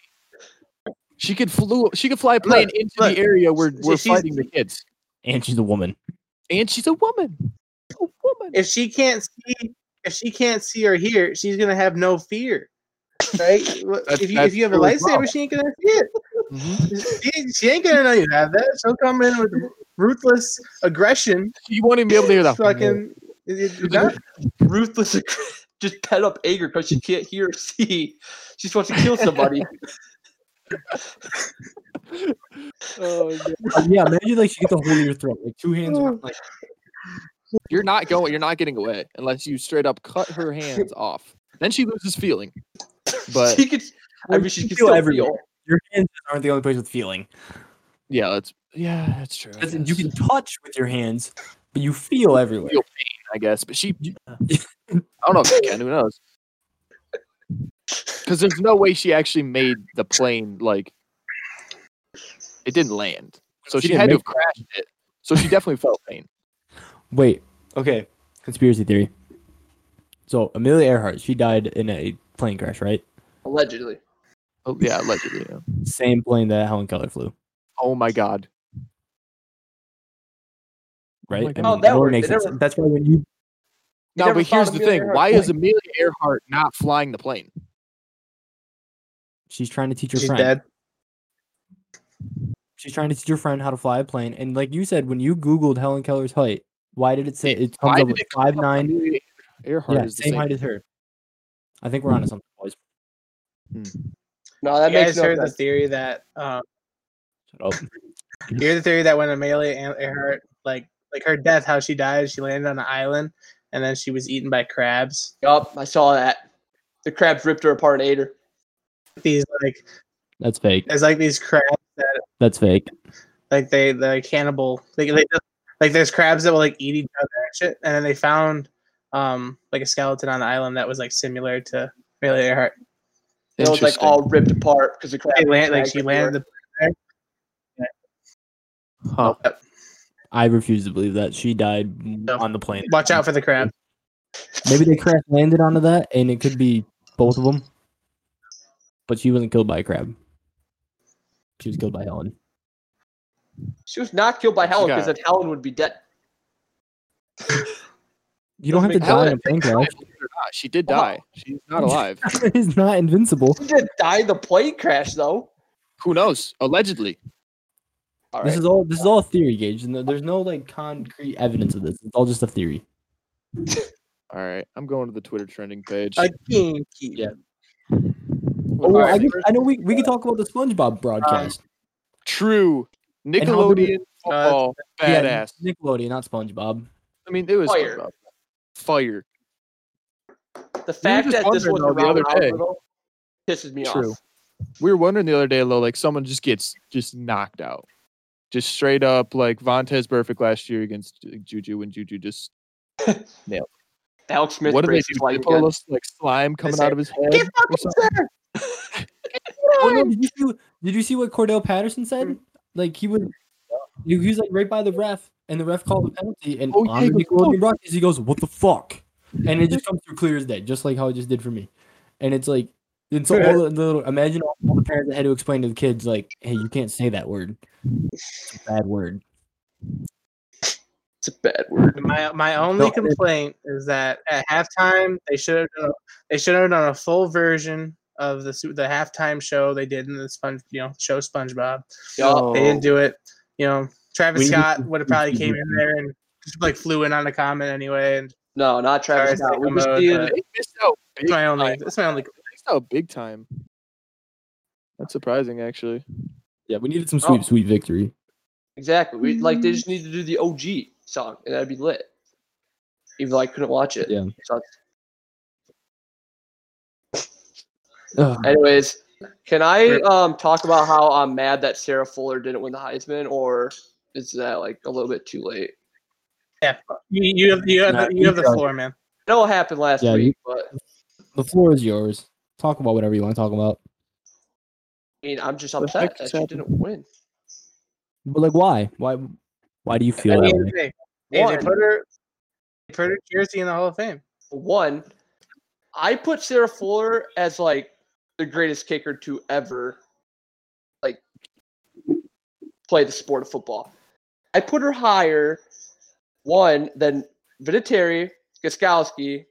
Speaker 3: She could flew. She could fly a plane into
Speaker 5: look.
Speaker 3: the area where we're
Speaker 5: she's-
Speaker 3: fighting the kids,
Speaker 4: And she's a woman.
Speaker 3: and she's a woman. A woman.
Speaker 5: If she can't see, if she can't see or hear, she's gonna have no fear, right? if you if
Speaker 3: that's
Speaker 5: you have a
Speaker 3: true as well.
Speaker 5: lightsaber, she ain't gonna see it.
Speaker 3: Mhm.
Speaker 5: She, she ain't gonna know you have that. She'll come in with ruthless aggression.
Speaker 3: You won't even be able to hear that.
Speaker 5: Fucking. it- it- it's not-
Speaker 2: Ruthless, ag- just pent up anger because she can't hear or see. She's supposed to kill somebody.
Speaker 3: Oh, no.
Speaker 4: Uh, yeah, imagine like she gets a hold of your throat, like two hands around, like
Speaker 3: You're not going. You're not getting away unless you straight up cut her hands off. Then she loses feeling. But
Speaker 2: she could. I mean, she
Speaker 4: you
Speaker 2: could
Speaker 4: feel
Speaker 2: still
Speaker 4: everywhere.
Speaker 2: feel.
Speaker 4: your hands aren't the only place with feeling.
Speaker 3: yeah, that's yeah, that's true. I
Speaker 4: That's- You
Speaker 3: guess.
Speaker 4: can touch with your hands, but you feel everywhere.
Speaker 3: Feel I guess. But she, I don't know if she can. Who knows? Because there's no way she actually made the plane. Like, it didn't land, so
Speaker 4: She
Speaker 3: she,
Speaker 4: didn't
Speaker 3: had to
Speaker 4: make
Speaker 3: have crashed it. So she definitely felt pain.
Speaker 4: Wait, okay, conspiracy theory. So Amelia Earhart, she died in a plane crash, right?
Speaker 2: Allegedly.
Speaker 3: Oh yeah, allegedly. Yeah.
Speaker 4: Same plane that Helen Keller flew,
Speaker 3: Oh my god.
Speaker 4: right?
Speaker 3: my
Speaker 4: I
Speaker 3: God.
Speaker 4: mean,
Speaker 2: Oh, that
Speaker 4: only
Speaker 2: worked.
Speaker 4: makes
Speaker 2: It
Speaker 4: sense.
Speaker 2: never-
Speaker 4: That's why when you
Speaker 2: You
Speaker 3: No,
Speaker 2: never
Speaker 3: but here's
Speaker 2: found
Speaker 3: the
Speaker 2: Amelia
Speaker 3: thing.
Speaker 2: Earhart's
Speaker 3: Why is
Speaker 2: plane.
Speaker 3: Amelia Earhart not flying the plane?
Speaker 4: she's trying to teach your
Speaker 5: She's
Speaker 4: friend,
Speaker 5: dead.
Speaker 4: she's trying to teach your friend how to fly a plane. And like you said, when you Googled Helen Keller's height, why did it say it comes
Speaker 3: Why
Speaker 4: up
Speaker 3: did
Speaker 4: with
Speaker 3: it come
Speaker 4: five
Speaker 3: up
Speaker 4: nine?
Speaker 3: Amelia Earhart
Speaker 4: Yeah,
Speaker 3: is the
Speaker 4: same
Speaker 3: same.
Speaker 4: height as her. I think we're onto something, boys.
Speaker 2: No, that
Speaker 5: you
Speaker 2: makes
Speaker 5: guys
Speaker 2: no
Speaker 5: heard the
Speaker 2: sense.
Speaker 5: theory that um,
Speaker 4: Shut up.
Speaker 5: you hear the theory that when Amelia Ear- Earhart like like her death, how she died, she landed on an island, and then she was eaten by crabs.
Speaker 2: Yup, I saw that. The crabs ripped her apart and ate her.
Speaker 5: These like
Speaker 4: That's fake.
Speaker 5: there's like these crabs that
Speaker 4: That's fake.
Speaker 5: like they they're like cannibal like they just, like there's crabs that will like eat each other and shit and then they found um like a skeleton on the island that was like similar to Amelia Earhart.
Speaker 2: It was like
Speaker 3: Interesting.
Speaker 2: all ripped apart because the crabs.
Speaker 5: They land like
Speaker 2: dragged
Speaker 5: she
Speaker 2: her everywhere.
Speaker 5: landed
Speaker 3: Huh.
Speaker 4: I refuse to believe that she died
Speaker 5: No.
Speaker 4: on the plane.
Speaker 5: the watch out for the crab.
Speaker 4: Maybe they crash landed onto that, and it could be both of them. But she wasn't killed by a crab. She was killed by Helen.
Speaker 2: She was not killed by
Speaker 3: She
Speaker 2: Helen because
Speaker 3: got-
Speaker 2: then Helen would be dead.
Speaker 4: You don't have to
Speaker 2: Doesn't
Speaker 4: die
Speaker 3: Helen
Speaker 4: in a plane
Speaker 3: is alive,
Speaker 4: crash.
Speaker 3: believe it or not. She
Speaker 4: Oh.
Speaker 3: did die. She's not alive.
Speaker 4: He's not invincible.
Speaker 2: She didn't die in the plane crash though.
Speaker 3: Who knows? Allegedly.
Speaker 2: All
Speaker 4: This
Speaker 2: right.
Speaker 4: is all. This is all theory, Gage. and There's no like concrete evidence of this. It's all just a theory.
Speaker 3: All right. I'm going to the Twitter trending page.
Speaker 5: A kinky.
Speaker 4: Yeah.
Speaker 3: What
Speaker 4: Oh,
Speaker 3: do you
Speaker 4: I,
Speaker 3: think?
Speaker 4: guess- I know we, we could talk about the SpongeBob broadcast.
Speaker 3: True.
Speaker 4: how did
Speaker 3: Nickelodeon football.
Speaker 4: Yeah,
Speaker 3: badass.
Speaker 4: Nickelodeon, not SpongeBob.
Speaker 3: I mean, it was
Speaker 2: Fire.
Speaker 3: SpongeBob. Fire.
Speaker 2: The fact
Speaker 3: just
Speaker 2: that this was
Speaker 3: wondering, though,
Speaker 2: around
Speaker 3: the other day.
Speaker 2: hospital pisses me
Speaker 3: True.
Speaker 2: off.
Speaker 3: We were wondering the other day, though, like someone just gets just knocked out. just straight up like Vontez perfect last year against Juju when Juju just
Speaker 2: Alex Smith
Speaker 3: what do they
Speaker 2: breaks
Speaker 3: do?
Speaker 2: his
Speaker 3: They
Speaker 2: leg
Speaker 3: pull
Speaker 2: again.
Speaker 3: those, like slime coming
Speaker 5: say,
Speaker 3: out of his head.
Speaker 5: Get
Speaker 3: or something?
Speaker 4: Well, Oh, no, did, you see, did you see what Cordell Patterson
Speaker 3: Mm.
Speaker 4: said? Like he would, he was like right by the ref, and the ref called a penalty, and
Speaker 3: Oh,
Speaker 4: oh,
Speaker 3: yeah,
Speaker 4: on
Speaker 3: he
Speaker 4: the
Speaker 3: goes,
Speaker 4: golden Ruckus, he goes, "What the fuck?" And it just comes through clear as day, just like how it just did for me. And it's like, and so all the, the little, imagine all the parents that had to explain to the kids, like, "Hey, you can't say that word. It's a bad word."
Speaker 2: It's a bad word.
Speaker 5: My my only
Speaker 4: No.
Speaker 5: complaint is that at halftime they should have done a, they should have done a full version of the su- the halftime show they did in the sponge you know show SpongeBob.
Speaker 2: Y'all,
Speaker 5: They didn't do it. You know, Travis
Speaker 4: We-
Speaker 5: Scott would have probably came in there and just like flew in on a comment anyway. And
Speaker 2: no, not Travis
Speaker 5: Sorry,
Speaker 2: Scott. We
Speaker 5: Sicko
Speaker 2: just
Speaker 5: mode,
Speaker 2: needed
Speaker 5: but-
Speaker 3: They missed out. Big
Speaker 5: that's my only
Speaker 3: time.
Speaker 5: that's my only.
Speaker 3: They missed out big time. That's surprising, actually.
Speaker 4: Yeah, we needed some sweet,
Speaker 2: Oh.
Speaker 4: sweet victory.
Speaker 2: exactly. We like they just need to do the OG song, and that'd be lit. Even though I couldn't watch it.
Speaker 4: Yeah.
Speaker 2: So,
Speaker 4: Ugh.
Speaker 2: anyways, can I um talk about how I'm mad that Sarah Fuller didn't win the Heisman, or is that like a little bit too late?
Speaker 5: Yeah, you, you have you have, the, you have the floor, man.
Speaker 2: I know what happened last
Speaker 4: Yeah, you-
Speaker 2: week, but
Speaker 4: The floor is yours. Talk about whatever you want to talk about.
Speaker 2: I mean, I'm just
Speaker 3: The
Speaker 2: upset
Speaker 3: heck
Speaker 2: that
Speaker 3: just
Speaker 2: she
Speaker 3: happened?
Speaker 2: didn't win.
Speaker 4: But like, why? Why? Why do you feel
Speaker 5: At
Speaker 4: that
Speaker 5: the end of
Speaker 4: way?
Speaker 5: the day, hey, they
Speaker 2: One.
Speaker 5: put her they put her jersey in the Hall of Fame.
Speaker 2: One, I put Sarah Fuller as like the greatest kicker to ever like play the sport of football. I put her higher one than Vinatieri, Gaskowski,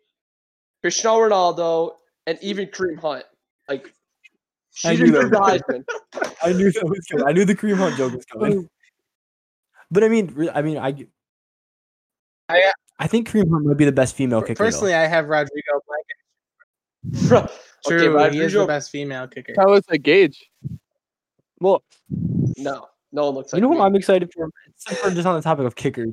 Speaker 2: Cristiano Ronaldo, and even Kareem Hunt. Like
Speaker 4: I
Speaker 2: she's
Speaker 4: knew
Speaker 2: a
Speaker 4: that
Speaker 2: good Heisman.
Speaker 4: I knew that was coming. I knew the cream hunt joke was coming. Oh. But I mean, re- I mean, I. g-
Speaker 5: I-
Speaker 4: I think cream hunt might be the best female kicker. though.
Speaker 5: Personally, I have Rodrigo Blanket.
Speaker 2: Bro, okay,
Speaker 5: True, he is the
Speaker 2: Rodrigo-
Speaker 5: best female kicker.
Speaker 3: How was that gauge?
Speaker 4: well,
Speaker 2: no, no one looks like
Speaker 4: you know
Speaker 2: me.
Speaker 4: who I'm excited for? Since we're just on the topic of kickers,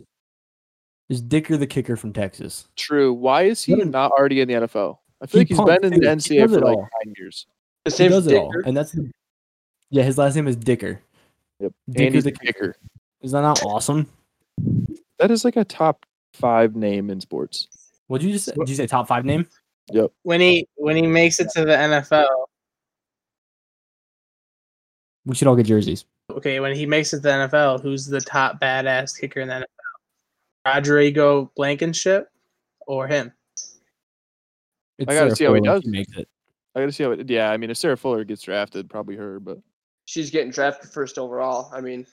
Speaker 4: is Dicker the kicker from Texas?
Speaker 3: True. Why is he
Speaker 4: No.
Speaker 3: not already in the NFL? I
Speaker 4: He
Speaker 3: feel like he's
Speaker 4: punts,
Speaker 3: been in the
Speaker 4: dude. He
Speaker 3: NCAA
Speaker 4: does
Speaker 3: for
Speaker 4: it
Speaker 3: like
Speaker 4: all.
Speaker 3: nine years.
Speaker 2: His
Speaker 4: He
Speaker 2: name's
Speaker 4: does it all,
Speaker 2: Dicker.
Speaker 4: and that's the- yeah. His last name is Dicker.
Speaker 3: Yep.
Speaker 4: Dicker
Speaker 3: and he's
Speaker 4: the
Speaker 3: a kicker.
Speaker 4: Is that not awesome?
Speaker 3: That is like a top five name in sports.
Speaker 4: Would you just did you say top five name?
Speaker 5: When he when he makes it to the NFL,
Speaker 4: We should all get jerseys.
Speaker 5: okay, when he makes it to the NFL, who's the top badass kicker in the NFL? Rodrigo Blankenship or him?
Speaker 4: It's
Speaker 3: I gotta
Speaker 4: Sarah
Speaker 3: see how he
Speaker 4: Fuller if
Speaker 3: does.
Speaker 4: makes it.
Speaker 3: I gotta see how it. Yeah, I mean, if Sarah Fuller gets drafted, probably her. But
Speaker 2: She's getting drafted first overall. I mean,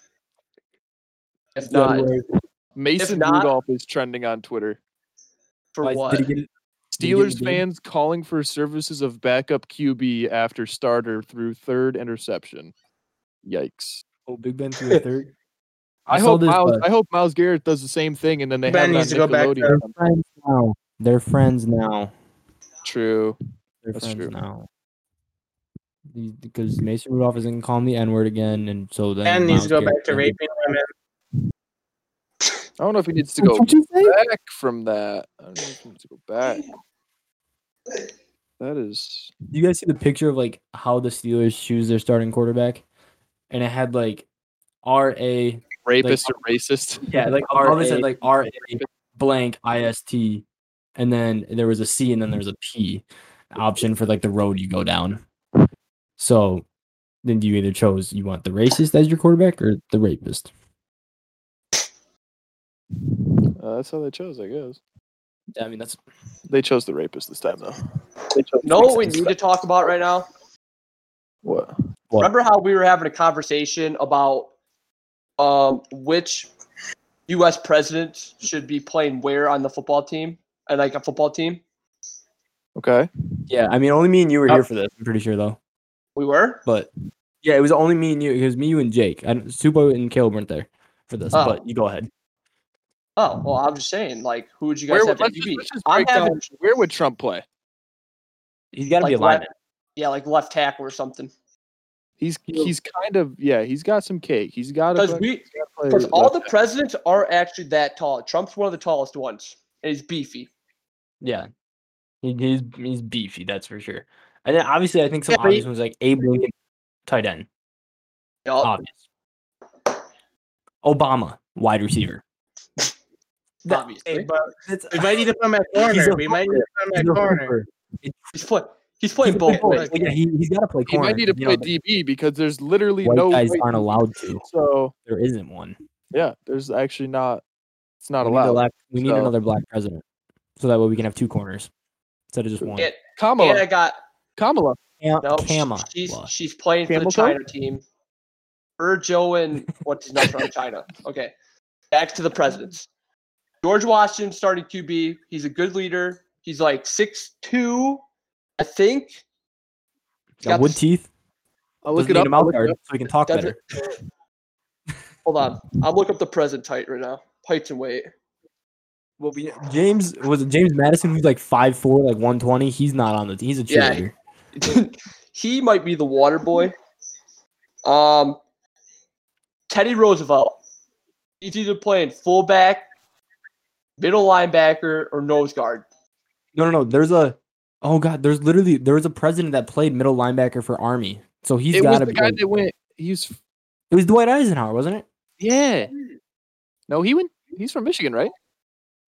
Speaker 2: if
Speaker 4: The other
Speaker 2: not,
Speaker 4: way-
Speaker 3: Mason
Speaker 2: not-
Speaker 3: Rudolph is trending on Twitter.
Speaker 2: for
Speaker 4: why-
Speaker 2: what?
Speaker 4: Did he get it? Did he get
Speaker 3: Steelers
Speaker 4: it, dude?
Speaker 3: fans calling for services of backup QB after starter through third interception. Yikes!
Speaker 4: Oh, Big Ben threw a third.
Speaker 3: I,
Speaker 4: I saw
Speaker 3: hope
Speaker 4: this,
Speaker 3: Miles.
Speaker 4: uh,
Speaker 3: I hope Miles Garrett does the same thing, and then they
Speaker 5: Ben
Speaker 3: have
Speaker 5: needs
Speaker 3: it
Speaker 5: to go
Speaker 3: on
Speaker 5: back
Speaker 3: Nickelodeon.
Speaker 4: They're friends now. They're friends now.
Speaker 3: True.
Speaker 4: They're
Speaker 3: That's
Speaker 4: friends
Speaker 3: true.
Speaker 4: now. The- Because Mason Rudolph isn't calling the N word again, and so then
Speaker 5: Ben needs
Speaker 4: Miles
Speaker 5: to go
Speaker 4: Garrett
Speaker 5: back to
Speaker 4: can-
Speaker 5: raping women.
Speaker 3: I don't know if he needs to go
Speaker 4: What'd you say?
Speaker 3: back from that. I don't know if he needs to go back. That is
Speaker 4: You guys see the picture of like how the Steelers choose their starting quarterback, and it had like R A
Speaker 3: rapist or racist.
Speaker 4: yeah like
Speaker 3: R
Speaker 4: all they said
Speaker 3: A.
Speaker 4: like R A blank I S T, and then there was a C and then there was a P option for like the road you go down. So then you either chose you want the racist as your quarterback or the rapist.
Speaker 3: Uh, that's how they chose, I guess.
Speaker 4: I mean that's
Speaker 3: They chose the rapist this time, though.
Speaker 2: know what we need to talk about right now?
Speaker 3: What?
Speaker 4: What?
Speaker 2: Remember how we were having a conversation about um, which U.S. presidents should be playing where on the football team and like a football team?
Speaker 3: Okay.
Speaker 4: Yeah, I mean, only me and you were
Speaker 2: Uh,
Speaker 4: here for this. I'm pretty sure though,
Speaker 2: We were.
Speaker 4: but yeah, it was only me and you. It was me, you, and Jake. And Subo and Caleb weren't there for this.
Speaker 2: Oh.
Speaker 4: But you go ahead.
Speaker 2: Oh well, I'm just saying. Like, who would you guys
Speaker 3: Where
Speaker 2: have
Speaker 3: would,
Speaker 2: to
Speaker 3: let's just,
Speaker 2: be?
Speaker 3: let's just
Speaker 2: I'm
Speaker 3: break down,
Speaker 2: having
Speaker 3: where would Trump play?
Speaker 4: He's got to be a
Speaker 2: like
Speaker 4: lineman.
Speaker 2: left, yeah, like left tackle or something.
Speaker 3: He's
Speaker 4: Yo.
Speaker 3: he's kind of yeah. He's got some cake. He's got
Speaker 2: Because
Speaker 3: a.
Speaker 2: we, because all the presidents are actually that tall. Trump's one of the tallest ones, and he's beefy.
Speaker 4: Yeah, he, he's he's beefy. That's for sure. And then obviously, I think some
Speaker 5: Yeah, but
Speaker 2: Oh.
Speaker 5: he-
Speaker 4: obvious ones like Abe Lincoln, tight end.
Speaker 2: Yup.
Speaker 4: Obvious. Obama, wide receiver. That-
Speaker 2: Obviously.
Speaker 5: but
Speaker 4: That's,
Speaker 5: we might need to put him at corner.
Speaker 4: He's a
Speaker 5: We might need to put
Speaker 4: he's
Speaker 5: him
Speaker 4: a
Speaker 5: at corner.
Speaker 4: hooper.
Speaker 2: He's play, he's playing both
Speaker 5: playing
Speaker 2: ways.
Speaker 5: both.
Speaker 4: Yeah, he, he's got to play
Speaker 3: He
Speaker 4: corner.
Speaker 3: might need to
Speaker 4: you
Speaker 3: play
Speaker 4: know,
Speaker 3: DB because there's literally
Speaker 4: White
Speaker 3: no
Speaker 4: guys
Speaker 3: right-
Speaker 4: aren't allowed to.
Speaker 3: So
Speaker 4: There isn't one.
Speaker 3: yeah, there's actually not. It's not
Speaker 4: we Need, a
Speaker 3: allowed.
Speaker 4: black, we need
Speaker 3: so-
Speaker 4: another black president, so that way we can have two corners instead of just one.
Speaker 2: And,
Speaker 3: Kamala,
Speaker 2: and I got
Speaker 3: Kamala.
Speaker 4: Cam-
Speaker 2: no.
Speaker 4: Kama.
Speaker 2: She's
Speaker 4: Well,
Speaker 2: she's playing for the
Speaker 3: Camel toe?
Speaker 2: China team. Her Joe and what's his name from China? Okay, back to the presidents. George Washington starting QB. He's a good leader. He's like six two, I think.
Speaker 4: Got, wood teeth.
Speaker 3: I'll look
Speaker 4: doesn't
Speaker 3: it
Speaker 4: need
Speaker 3: up.
Speaker 4: a
Speaker 3: I'll
Speaker 4: mouth
Speaker 3: look it
Speaker 4: guard,
Speaker 3: up.
Speaker 4: so we can talk
Speaker 2: Doesn't-
Speaker 4: better.
Speaker 2: Hold on, I'll look up the present height right now. Heights and weight.
Speaker 4: Well, we, James was it James Madison, who's like 5'4", like one twenty. He's not on the team. He's a
Speaker 2: Yeah.
Speaker 4: cheerleader.
Speaker 2: he might be the water boy. Um, Teddy Roosevelt. He's either playing fullback, middle linebacker, or nose guard.
Speaker 4: No, no, no. There's a oh god. There's literally there was a president that played middle linebacker for Army. So he's
Speaker 3: It
Speaker 4: got
Speaker 3: was
Speaker 4: to
Speaker 3: the
Speaker 4: be.
Speaker 3: guy that went. He's
Speaker 4: it was Dwight Eisenhower, wasn't it?
Speaker 3: yeah. No, he went. He's from Michigan, right?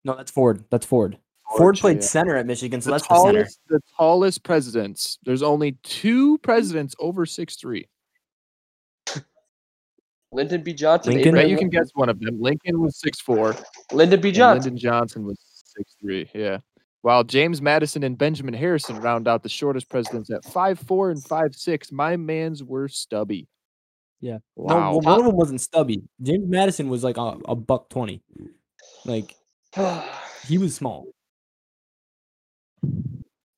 Speaker 4: No, that's Ford. That's Ford. Ford, played center at Michigan, so
Speaker 3: the
Speaker 4: that's the center.
Speaker 3: tallest, the tallest presidents. There's only two presidents over six three.
Speaker 2: Lyndon B. Johnson.
Speaker 4: Lincoln?
Speaker 2: Abraham
Speaker 3: Right, you can guess one of them. Lincoln was six four.
Speaker 2: Lyndon B. Johnson.
Speaker 3: Lyndon Johnson was six three. Yeah. While James Madison and Benjamin Harrison round out the shortest presidents at five four and five six. My man's were stubby.
Speaker 4: Yeah.
Speaker 3: Wow.
Speaker 4: No, well, one of them wasn't stubby. James Madison was like a, a buck twenty. Like he was small.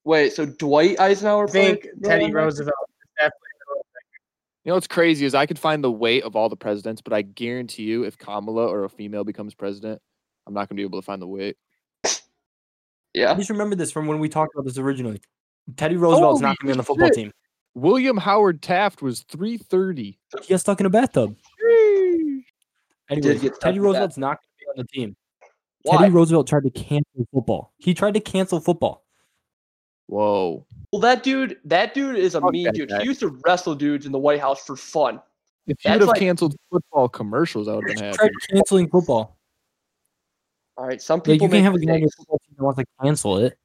Speaker 2: Wait, so Dwight Eisenhower
Speaker 5: I think
Speaker 2: played
Speaker 5: Teddy
Speaker 2: middle linebacker?
Speaker 5: Roosevelt.
Speaker 3: You know what's crazy is I could find the weight of all the presidents, but I guarantee you, if Kamala or a female becomes president, I'm not gonna be able to find the weight.
Speaker 4: I
Speaker 2: Yeah.
Speaker 4: just remember this from when we talked about this originally. Teddy Roosevelt's
Speaker 3: Holy
Speaker 4: not gonna be on the football
Speaker 3: shit.
Speaker 4: team.
Speaker 3: William Howard Taft was three thirty.
Speaker 4: He got stuck in a bathtub.
Speaker 2: get
Speaker 4: Anyways,
Speaker 2: stuck
Speaker 4: Teddy
Speaker 2: in a
Speaker 4: Roosevelt's not gonna be on the team.
Speaker 2: Why?
Speaker 4: Teddy Roosevelt tried to cancel football. He tried to cancel football.
Speaker 3: Whoa.
Speaker 2: well, that dude, that dude is a
Speaker 3: Fuck
Speaker 2: mean
Speaker 3: that
Speaker 2: dude.
Speaker 3: guy.
Speaker 2: He used to wrestle dudes in the White House for fun.
Speaker 3: If
Speaker 2: That's
Speaker 3: you'd have
Speaker 2: like-
Speaker 3: canceled football commercials, I would have been
Speaker 4: He
Speaker 3: happy.
Speaker 4: tried canceling football.
Speaker 2: All right, some
Speaker 4: Like
Speaker 2: people
Speaker 4: you can't
Speaker 2: make
Speaker 4: have a guy on your
Speaker 2: mistakes.
Speaker 4: football team that wants to cancel it.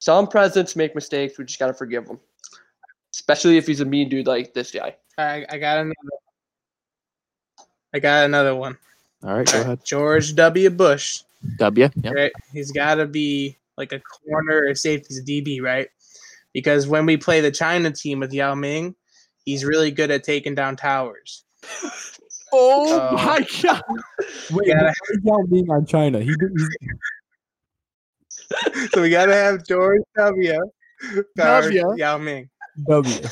Speaker 2: Some presidents make mistakes. We just gotta forgive him, especially if he's a mean dude like this guy.
Speaker 5: I, I got another. I got another one.
Speaker 3: All right, go ahead.
Speaker 5: George W. Bush.
Speaker 3: W. Yeah.
Speaker 5: right? He's got to be like a corner or safety, he's a DB, right? Because when we play the China team with Yao Ming, he's really good at taking down towers.
Speaker 3: Oh
Speaker 5: Uh,
Speaker 3: my god.
Speaker 4: Wait,
Speaker 5: Yeah.
Speaker 4: why is y'all being on China? He didn't. he's-
Speaker 5: so we got to have George W. or
Speaker 3: W.
Speaker 5: Yao Ming.
Speaker 4: W.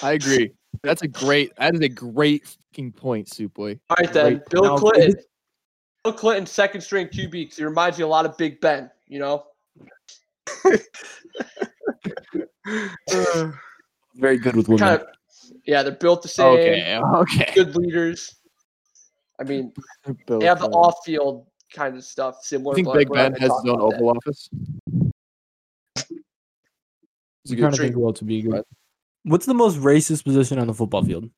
Speaker 3: I agree. That's a great that is a great fucking point, Soup Boy.
Speaker 2: All right, then
Speaker 4: Right.
Speaker 2: Bill
Speaker 4: Now,
Speaker 2: Clinton.
Speaker 4: is
Speaker 2: Bill Clinton, second string QB, 'cause he reminds you a lot of Big Ben. You know,
Speaker 5: Uh,
Speaker 4: Very good with
Speaker 2: kind of. Yeah, they're built the same.
Speaker 3: Okay, okay.
Speaker 2: Good leaders. I mean,
Speaker 3: Bill
Speaker 2: they have the
Speaker 3: Clinton.
Speaker 2: off-field kind of stuff similar.
Speaker 3: You think
Speaker 2: but
Speaker 3: Big
Speaker 2: we're not gonna
Speaker 3: Ben has
Speaker 2: talk
Speaker 3: his own
Speaker 2: about that.
Speaker 3: Oval Office? It's a
Speaker 4: I'm
Speaker 3: good
Speaker 4: trying to
Speaker 3: trick.
Speaker 4: think who else would be good.
Speaker 3: Right.
Speaker 4: What's the most racist position on the football field?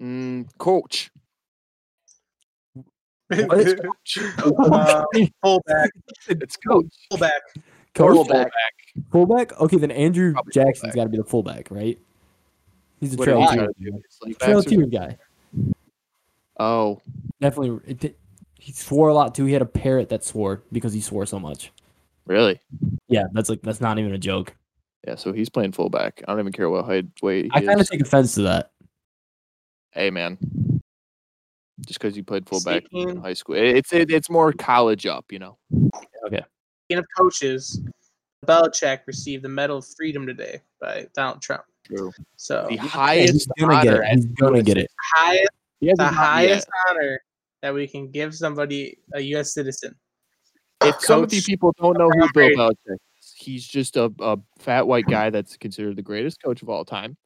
Speaker 3: Mm, coach.
Speaker 5: uh, fullback,
Speaker 3: It's coach.
Speaker 5: fullback.
Speaker 4: Coach?
Speaker 2: Fullback.
Speaker 4: Fullback? Okay, then Andrew
Speaker 3: Probably
Speaker 4: Jackson's
Speaker 3: fullback.
Speaker 4: got to be the fullback, right? He's a
Speaker 3: What
Speaker 4: trail
Speaker 3: do you
Speaker 4: team.
Speaker 3: gotta do? It's like
Speaker 4: Trail
Speaker 3: backs or-
Speaker 4: team guy.
Speaker 3: Oh,
Speaker 4: Definitely. It, did- he swore a lot too. He had a parrot that swore because he swore so much.
Speaker 3: really?
Speaker 4: Yeah, that's like that's not even a joke.
Speaker 3: Yeah, so he's playing fullback. I don't even care what height weight he
Speaker 4: I kind of
Speaker 3: is.
Speaker 4: take offense to that.
Speaker 3: Hey man. Just because you played fullback in
Speaker 5: Speaking,
Speaker 3: high school. it- It's it, it's more college up, you know.
Speaker 5: speaking of coaches, Belichick received the Medal of Freedom today by Donald Trump.
Speaker 3: True.
Speaker 5: So
Speaker 3: The
Speaker 4: Yeah,
Speaker 3: highest
Speaker 4: he's gonna get
Speaker 3: honor
Speaker 4: it.
Speaker 3: as
Speaker 4: He's gonna get it.
Speaker 5: highest
Speaker 3: He hasn't gotten it
Speaker 5: the
Speaker 3: yet.
Speaker 5: highest honor that we can give somebody a U.S. citizen.
Speaker 3: If some of these
Speaker 5: Coach-
Speaker 3: people don't know who Bill
Speaker 5: Brady.
Speaker 3: Belichick is, he's just a, a fat white guy that's considered the greatest coach of all time,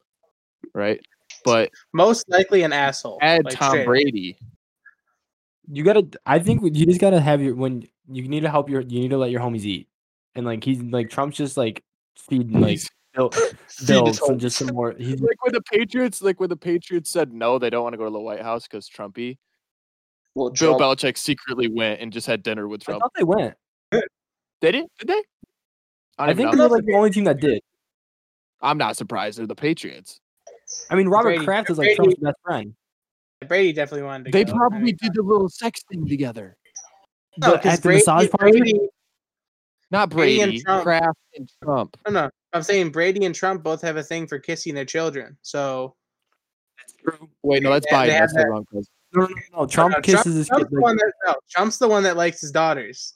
Speaker 3: right? But
Speaker 5: Most likely an asshole.
Speaker 3: add
Speaker 5: like,
Speaker 3: Tom
Speaker 5: straight up.
Speaker 3: Brady.
Speaker 4: You gotta. I think you just gotta have your when you need to help your. You need to let your homies eat, and like he's like Trump's just like feeding like Bill,
Speaker 2: Feed
Speaker 4: Bill
Speaker 2: his
Speaker 4: some,
Speaker 2: homies.
Speaker 4: just some more. He's
Speaker 3: Like when the Patriots, like when the Patriots said no, they don't want to go to the White House because Trumpy.
Speaker 2: Well,
Speaker 3: Bill
Speaker 2: Trump-
Speaker 3: Belichick secretly went and just had dinner with
Speaker 4: I
Speaker 3: Trump.
Speaker 4: thought they went.
Speaker 3: They did? Did they?
Speaker 4: I
Speaker 3: I don't even
Speaker 4: think
Speaker 3: know.
Speaker 4: they're like the only team that did.
Speaker 3: I'm not surprised. They're the Patriots.
Speaker 4: I mean, Robert
Speaker 5: Brady-
Speaker 4: Kraft is like
Speaker 5: Brady-
Speaker 4: Trump's best friend.
Speaker 5: Brady definitely wanted to.
Speaker 3: They
Speaker 5: go.
Speaker 3: probably did the little sex thing together.
Speaker 5: No,
Speaker 4: The-
Speaker 5: 'cause
Speaker 4: at the massage party?
Speaker 5: Brady,
Speaker 3: Not
Speaker 5: Brady and
Speaker 3: Brady,
Speaker 5: Trump.
Speaker 3: Kraft, and Trump.
Speaker 5: no, no, I'm saying Brady and Trump both have a thing for kissing their children. So
Speaker 3: Wait, no, that's
Speaker 5: Yeah, they
Speaker 3: Biden.
Speaker 5: have
Speaker 3: That's the
Speaker 5: that-
Speaker 3: wrong person.
Speaker 4: No, no, no, no, uh, Trump
Speaker 5: No, no,
Speaker 4: kisses his
Speaker 5: Trump's
Speaker 4: kid.
Speaker 5: the one that no, Trump's the one that likes his daughters.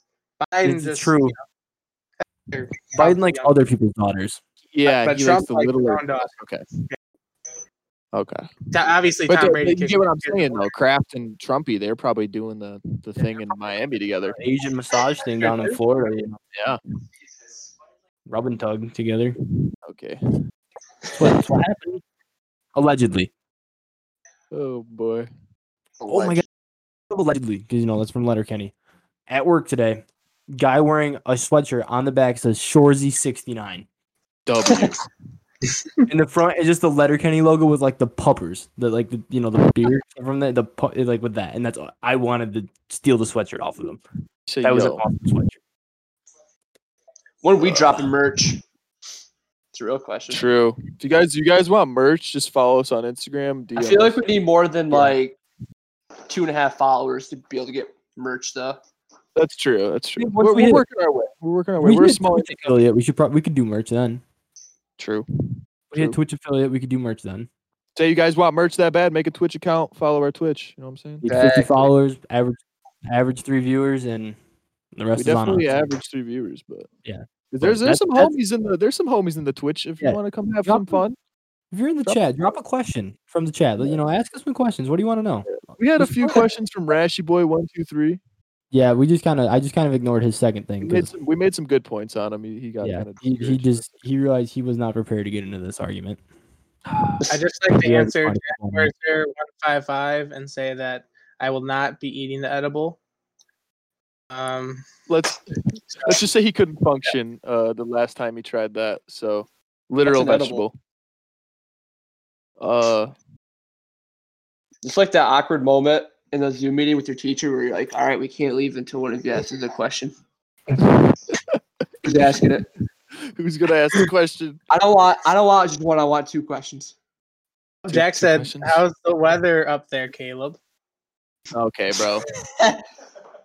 Speaker 5: Biden
Speaker 4: It's
Speaker 5: just
Speaker 4: true.
Speaker 5: they're-
Speaker 4: Biden likes
Speaker 5: you know,
Speaker 4: other people's daughters.
Speaker 3: Yeah,
Speaker 5: but
Speaker 3: he
Speaker 5: Trump
Speaker 3: likes the
Speaker 5: likes
Speaker 3: little.
Speaker 5: brown dog.
Speaker 3: Okay. Okay.
Speaker 5: Tom- obviously
Speaker 3: But
Speaker 5: Tom
Speaker 3: they-
Speaker 5: Brady.
Speaker 3: you
Speaker 5: kissed
Speaker 3: get what I'm
Speaker 5: his
Speaker 3: saying, though. Kraft and Trumpy, they're probably doing the, the thing in Miami together.
Speaker 4: Asian massage thing down in Florida. You know,
Speaker 3: Yeah.
Speaker 4: rub and tug together.
Speaker 3: Okay.
Speaker 4: That's what, that's what happened. Allegedly.
Speaker 3: Oh, boy.
Speaker 4: Oh my god. Allegedly, because you know that's from Letterkenny. At work today, guy wearing a sweatshirt on the back says Shorzy sixty nine.
Speaker 3: W.
Speaker 4: In the front is just the Letterkenny logo with like the puppers, the like the you know the beer from the the pu- like with that, and that's I wanted to steal the sweatshirt off of them.
Speaker 3: So,
Speaker 4: That was an
Speaker 3: yo,
Speaker 4: awesome sweatshirt.
Speaker 2: When are we dropping merch? It's a real question.
Speaker 3: true. If you guys, you guys want merch, just follow us on Instagram. DM
Speaker 2: I feel like
Speaker 3: us.
Speaker 2: we need more than
Speaker 3: Yeah.
Speaker 2: like two and a half followers to be able to get merch though.
Speaker 3: that's true. That's true.
Speaker 4: Yeah, once
Speaker 3: We're,
Speaker 4: we
Speaker 3: we're
Speaker 4: hit it-
Speaker 3: working our way. We're working our way. We are a
Speaker 4: did
Speaker 3: small.
Speaker 4: Twitch affiliate. We should probably we could do merch then.
Speaker 3: True.
Speaker 4: We had
Speaker 3: True.
Speaker 4: Twitch affiliate. We could do merch then.
Speaker 3: Say you guys want merch that bad, make a Twitch account, follow our Twitch. You know what I'm saying?
Speaker 4: Need Fifty
Speaker 2: Exactly.
Speaker 4: followers, average average three viewers, and the rest
Speaker 3: We
Speaker 4: is on us.
Speaker 3: definitely average three viewers, but
Speaker 4: Yeah.
Speaker 3: there's
Speaker 4: But
Speaker 3: there's
Speaker 4: that's-
Speaker 3: some
Speaker 4: that's-
Speaker 3: homies in the there's some homies in the Twitch. If
Speaker 4: Yeah.
Speaker 3: you want to come have
Speaker 4: Drop
Speaker 3: some
Speaker 4: them.
Speaker 3: fun,
Speaker 4: If you're in the
Speaker 3: Drop-
Speaker 4: chat, drop a question from the chat. You know, ask us some questions. What do you want to know?
Speaker 3: we had a
Speaker 4: Just
Speaker 3: few
Speaker 4: fun.
Speaker 3: questions from Rashy Boy One Two Three.
Speaker 4: Yeah, we just kind of I just kind of ignored his second
Speaker 3: We
Speaker 4: thing.
Speaker 3: made
Speaker 4: 'cause-
Speaker 3: some we made some good points on him. He, he got
Speaker 4: yeah,
Speaker 3: kind of
Speaker 4: he, he just he realized he was not prepared to get into this argument.
Speaker 5: I just like to
Speaker 4: Yeah,
Speaker 5: answer
Speaker 4: funny, funny.
Speaker 5: Jack Mercer one five five and say that I will not be eating the edible. Um,
Speaker 3: let's let's just say he couldn't function uh the last time he tried that. So literal
Speaker 2: an
Speaker 3: vegetable.
Speaker 2: edible.
Speaker 3: Uh
Speaker 2: It's like that awkward moment in the Zoom meeting with your teacher where you're like, all right, we can't leave until one of you answers a question. Who's asking it?
Speaker 3: Uh, who's gonna ask the question?
Speaker 2: I don't want I don't want just one, I want two questions.
Speaker 3: Two-
Speaker 5: Jack
Speaker 3: two
Speaker 5: said,
Speaker 3: questions.
Speaker 5: "How's the weather up there, Caleb?"
Speaker 3: Okay, bro.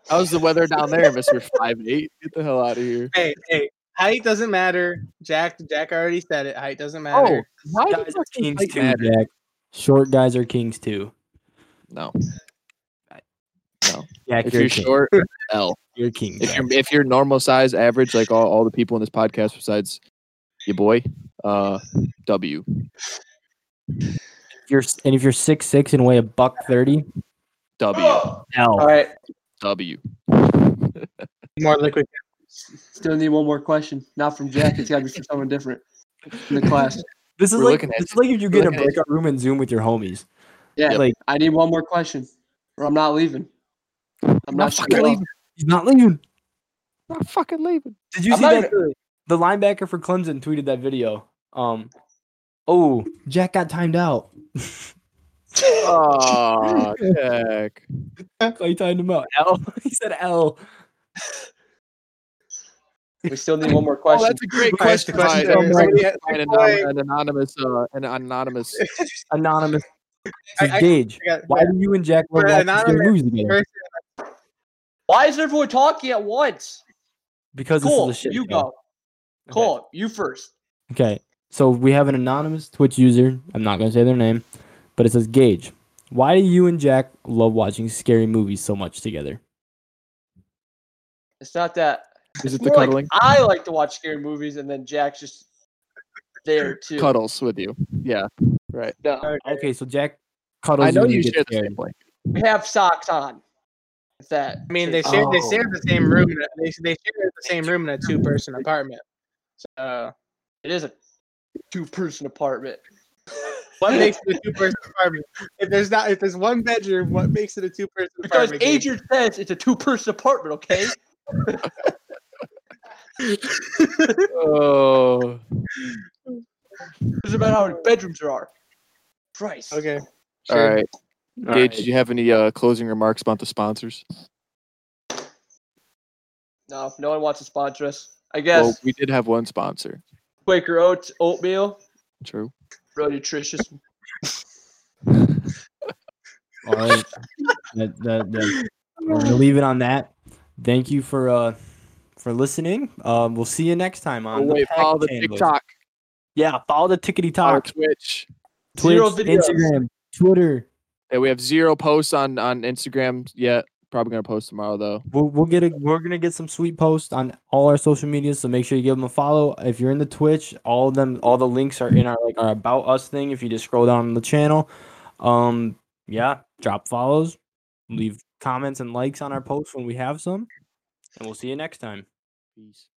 Speaker 3: How's the weather down there, Mister Five Eight? Get the hell out of here.
Speaker 5: Hey, hey, height doesn't matter. Jack, Jack already said it. Height doesn't
Speaker 3: Oh,
Speaker 5: matter.
Speaker 3: why
Speaker 4: Guys
Speaker 3: does
Speaker 4: are kings
Speaker 3: height
Speaker 4: too,
Speaker 3: matter?
Speaker 4: Jack. Short guys are kings too.
Speaker 3: No.
Speaker 4: Jack,
Speaker 3: If
Speaker 4: you're,
Speaker 3: you're
Speaker 4: a king.
Speaker 3: short, L.
Speaker 4: you're a king.
Speaker 3: If
Speaker 4: Jack.
Speaker 3: you're if you're normal size, average, like all, all the people in this podcast besides your boy, uh W.
Speaker 4: If you're s- and if you're six six and weigh a buck thirty,
Speaker 3: W.
Speaker 2: All
Speaker 4: L.
Speaker 2: right,
Speaker 3: W.
Speaker 5: More liquid.
Speaker 2: still need one more question. Not from Jack, it's gotta be from someone different in the class.
Speaker 4: This is
Speaker 3: We're
Speaker 4: like
Speaker 3: looking at
Speaker 4: this is like if you get in a
Speaker 3: looking at you.
Speaker 4: breakout room and Zoom with your homies.
Speaker 2: Yeah,
Speaker 3: Yep.
Speaker 4: Like
Speaker 2: I need one more question or I'm not leaving. I'm not sure.
Speaker 3: fucking leaving.
Speaker 4: he's not leaving.
Speaker 3: I'm not fucking leaving.
Speaker 4: Did you
Speaker 2: I'm
Speaker 4: see
Speaker 2: not
Speaker 4: that the, the linebacker for Clemson tweeted that video? Um, oh, Jack got timed out.
Speaker 3: Oh, heck.
Speaker 4: I timed him out. L. he said L.
Speaker 2: We still need one more
Speaker 3: Oh,
Speaker 2: question.
Speaker 3: that's a great
Speaker 5: All right, the
Speaker 3: question. by-
Speaker 5: question
Speaker 4: Somebody-
Speaker 3: somebody-
Speaker 5: is-
Speaker 3: somebody-
Speaker 5: somebody-
Speaker 3: An anon-
Speaker 5: boy.
Speaker 3: an anonymous, uh, an anonymous.
Speaker 4: Anonymous.
Speaker 5: I-
Speaker 4: Says,
Speaker 5: I-
Speaker 4: Gage.
Speaker 5: I got-
Speaker 4: Why do you and Jack love
Speaker 5: But
Speaker 4: life is gonna
Speaker 5: anonymous
Speaker 4: lose together?
Speaker 5: first-
Speaker 2: Why is everyone talking at once?
Speaker 4: Because
Speaker 2: Cool,
Speaker 4: this is a shit.
Speaker 2: you
Speaker 4: show.
Speaker 2: go. Cool, you first.
Speaker 4: Okay. So we have an anonymous Twitch user. I'm not going to say their name, but it says Gage. Why do you and Jack love watching scary movies so much together?
Speaker 2: It's not that.
Speaker 3: Is it
Speaker 2: It's
Speaker 3: the
Speaker 2: more like
Speaker 3: cuddling?
Speaker 2: I like to watch scary movies, and then Jack's just there too.
Speaker 3: Cuddles with you. Yeah. Right.
Speaker 2: No,
Speaker 4: Okay, so Jack cuddles
Speaker 3: I know
Speaker 4: you, and
Speaker 3: you
Speaker 4: get
Speaker 3: share the
Speaker 4: scared.
Speaker 3: same blanket.
Speaker 2: we have socks on. If that.
Speaker 5: I mean, they
Speaker 2: is-
Speaker 5: share they
Speaker 4: Oh.
Speaker 5: share the same room. in a- They they share the same room in a two person apartment. So
Speaker 2: It is a two-person apartment.
Speaker 5: what makes it a two person apartment? If there's not if there's one bedroom, what makes it a two person
Speaker 2: Because
Speaker 5: apartment? Gage?
Speaker 2: Adrian says it's a two-person apartment. Okay.
Speaker 3: Oh.
Speaker 2: It's about how many bedrooms there are. Price.
Speaker 5: Okay.
Speaker 3: All right. Gage, do you have any uh, closing remarks about the sponsors?
Speaker 2: No, no one wants to sponsor us. I guess
Speaker 3: Well, we did have one sponsor.
Speaker 2: Quaker Oats oatmeal,
Speaker 3: True.
Speaker 2: real nutritious.
Speaker 4: All right. that, that, that- We're gonna leave it on that. Thank you for uh for listening. Um, we'll see you next time on
Speaker 3: Oh, wait,
Speaker 4: Pack
Speaker 3: follow the
Speaker 4: Tanglers.
Speaker 3: TikTok,
Speaker 4: Yeah, follow the tickety
Speaker 3: follow
Speaker 4: talk.
Speaker 3: Twitch.
Speaker 4: Twitch,
Speaker 2: Zero videos.
Speaker 4: Instagram, Twitter.
Speaker 3: Yeah, we have zero posts on on Instagram yet. Probably gonna post tomorrow though.
Speaker 4: We'll, we'll get a, we're gonna get some sweet posts on all our social media, so make sure you give them a follow. If you're in the Twitch, all of them, all the links are in our like our about us thing. If you just scroll down the channel, um, yeah, drop follows, leave comments and likes on our posts when we have some, and we'll see you next time.
Speaker 3: Peace.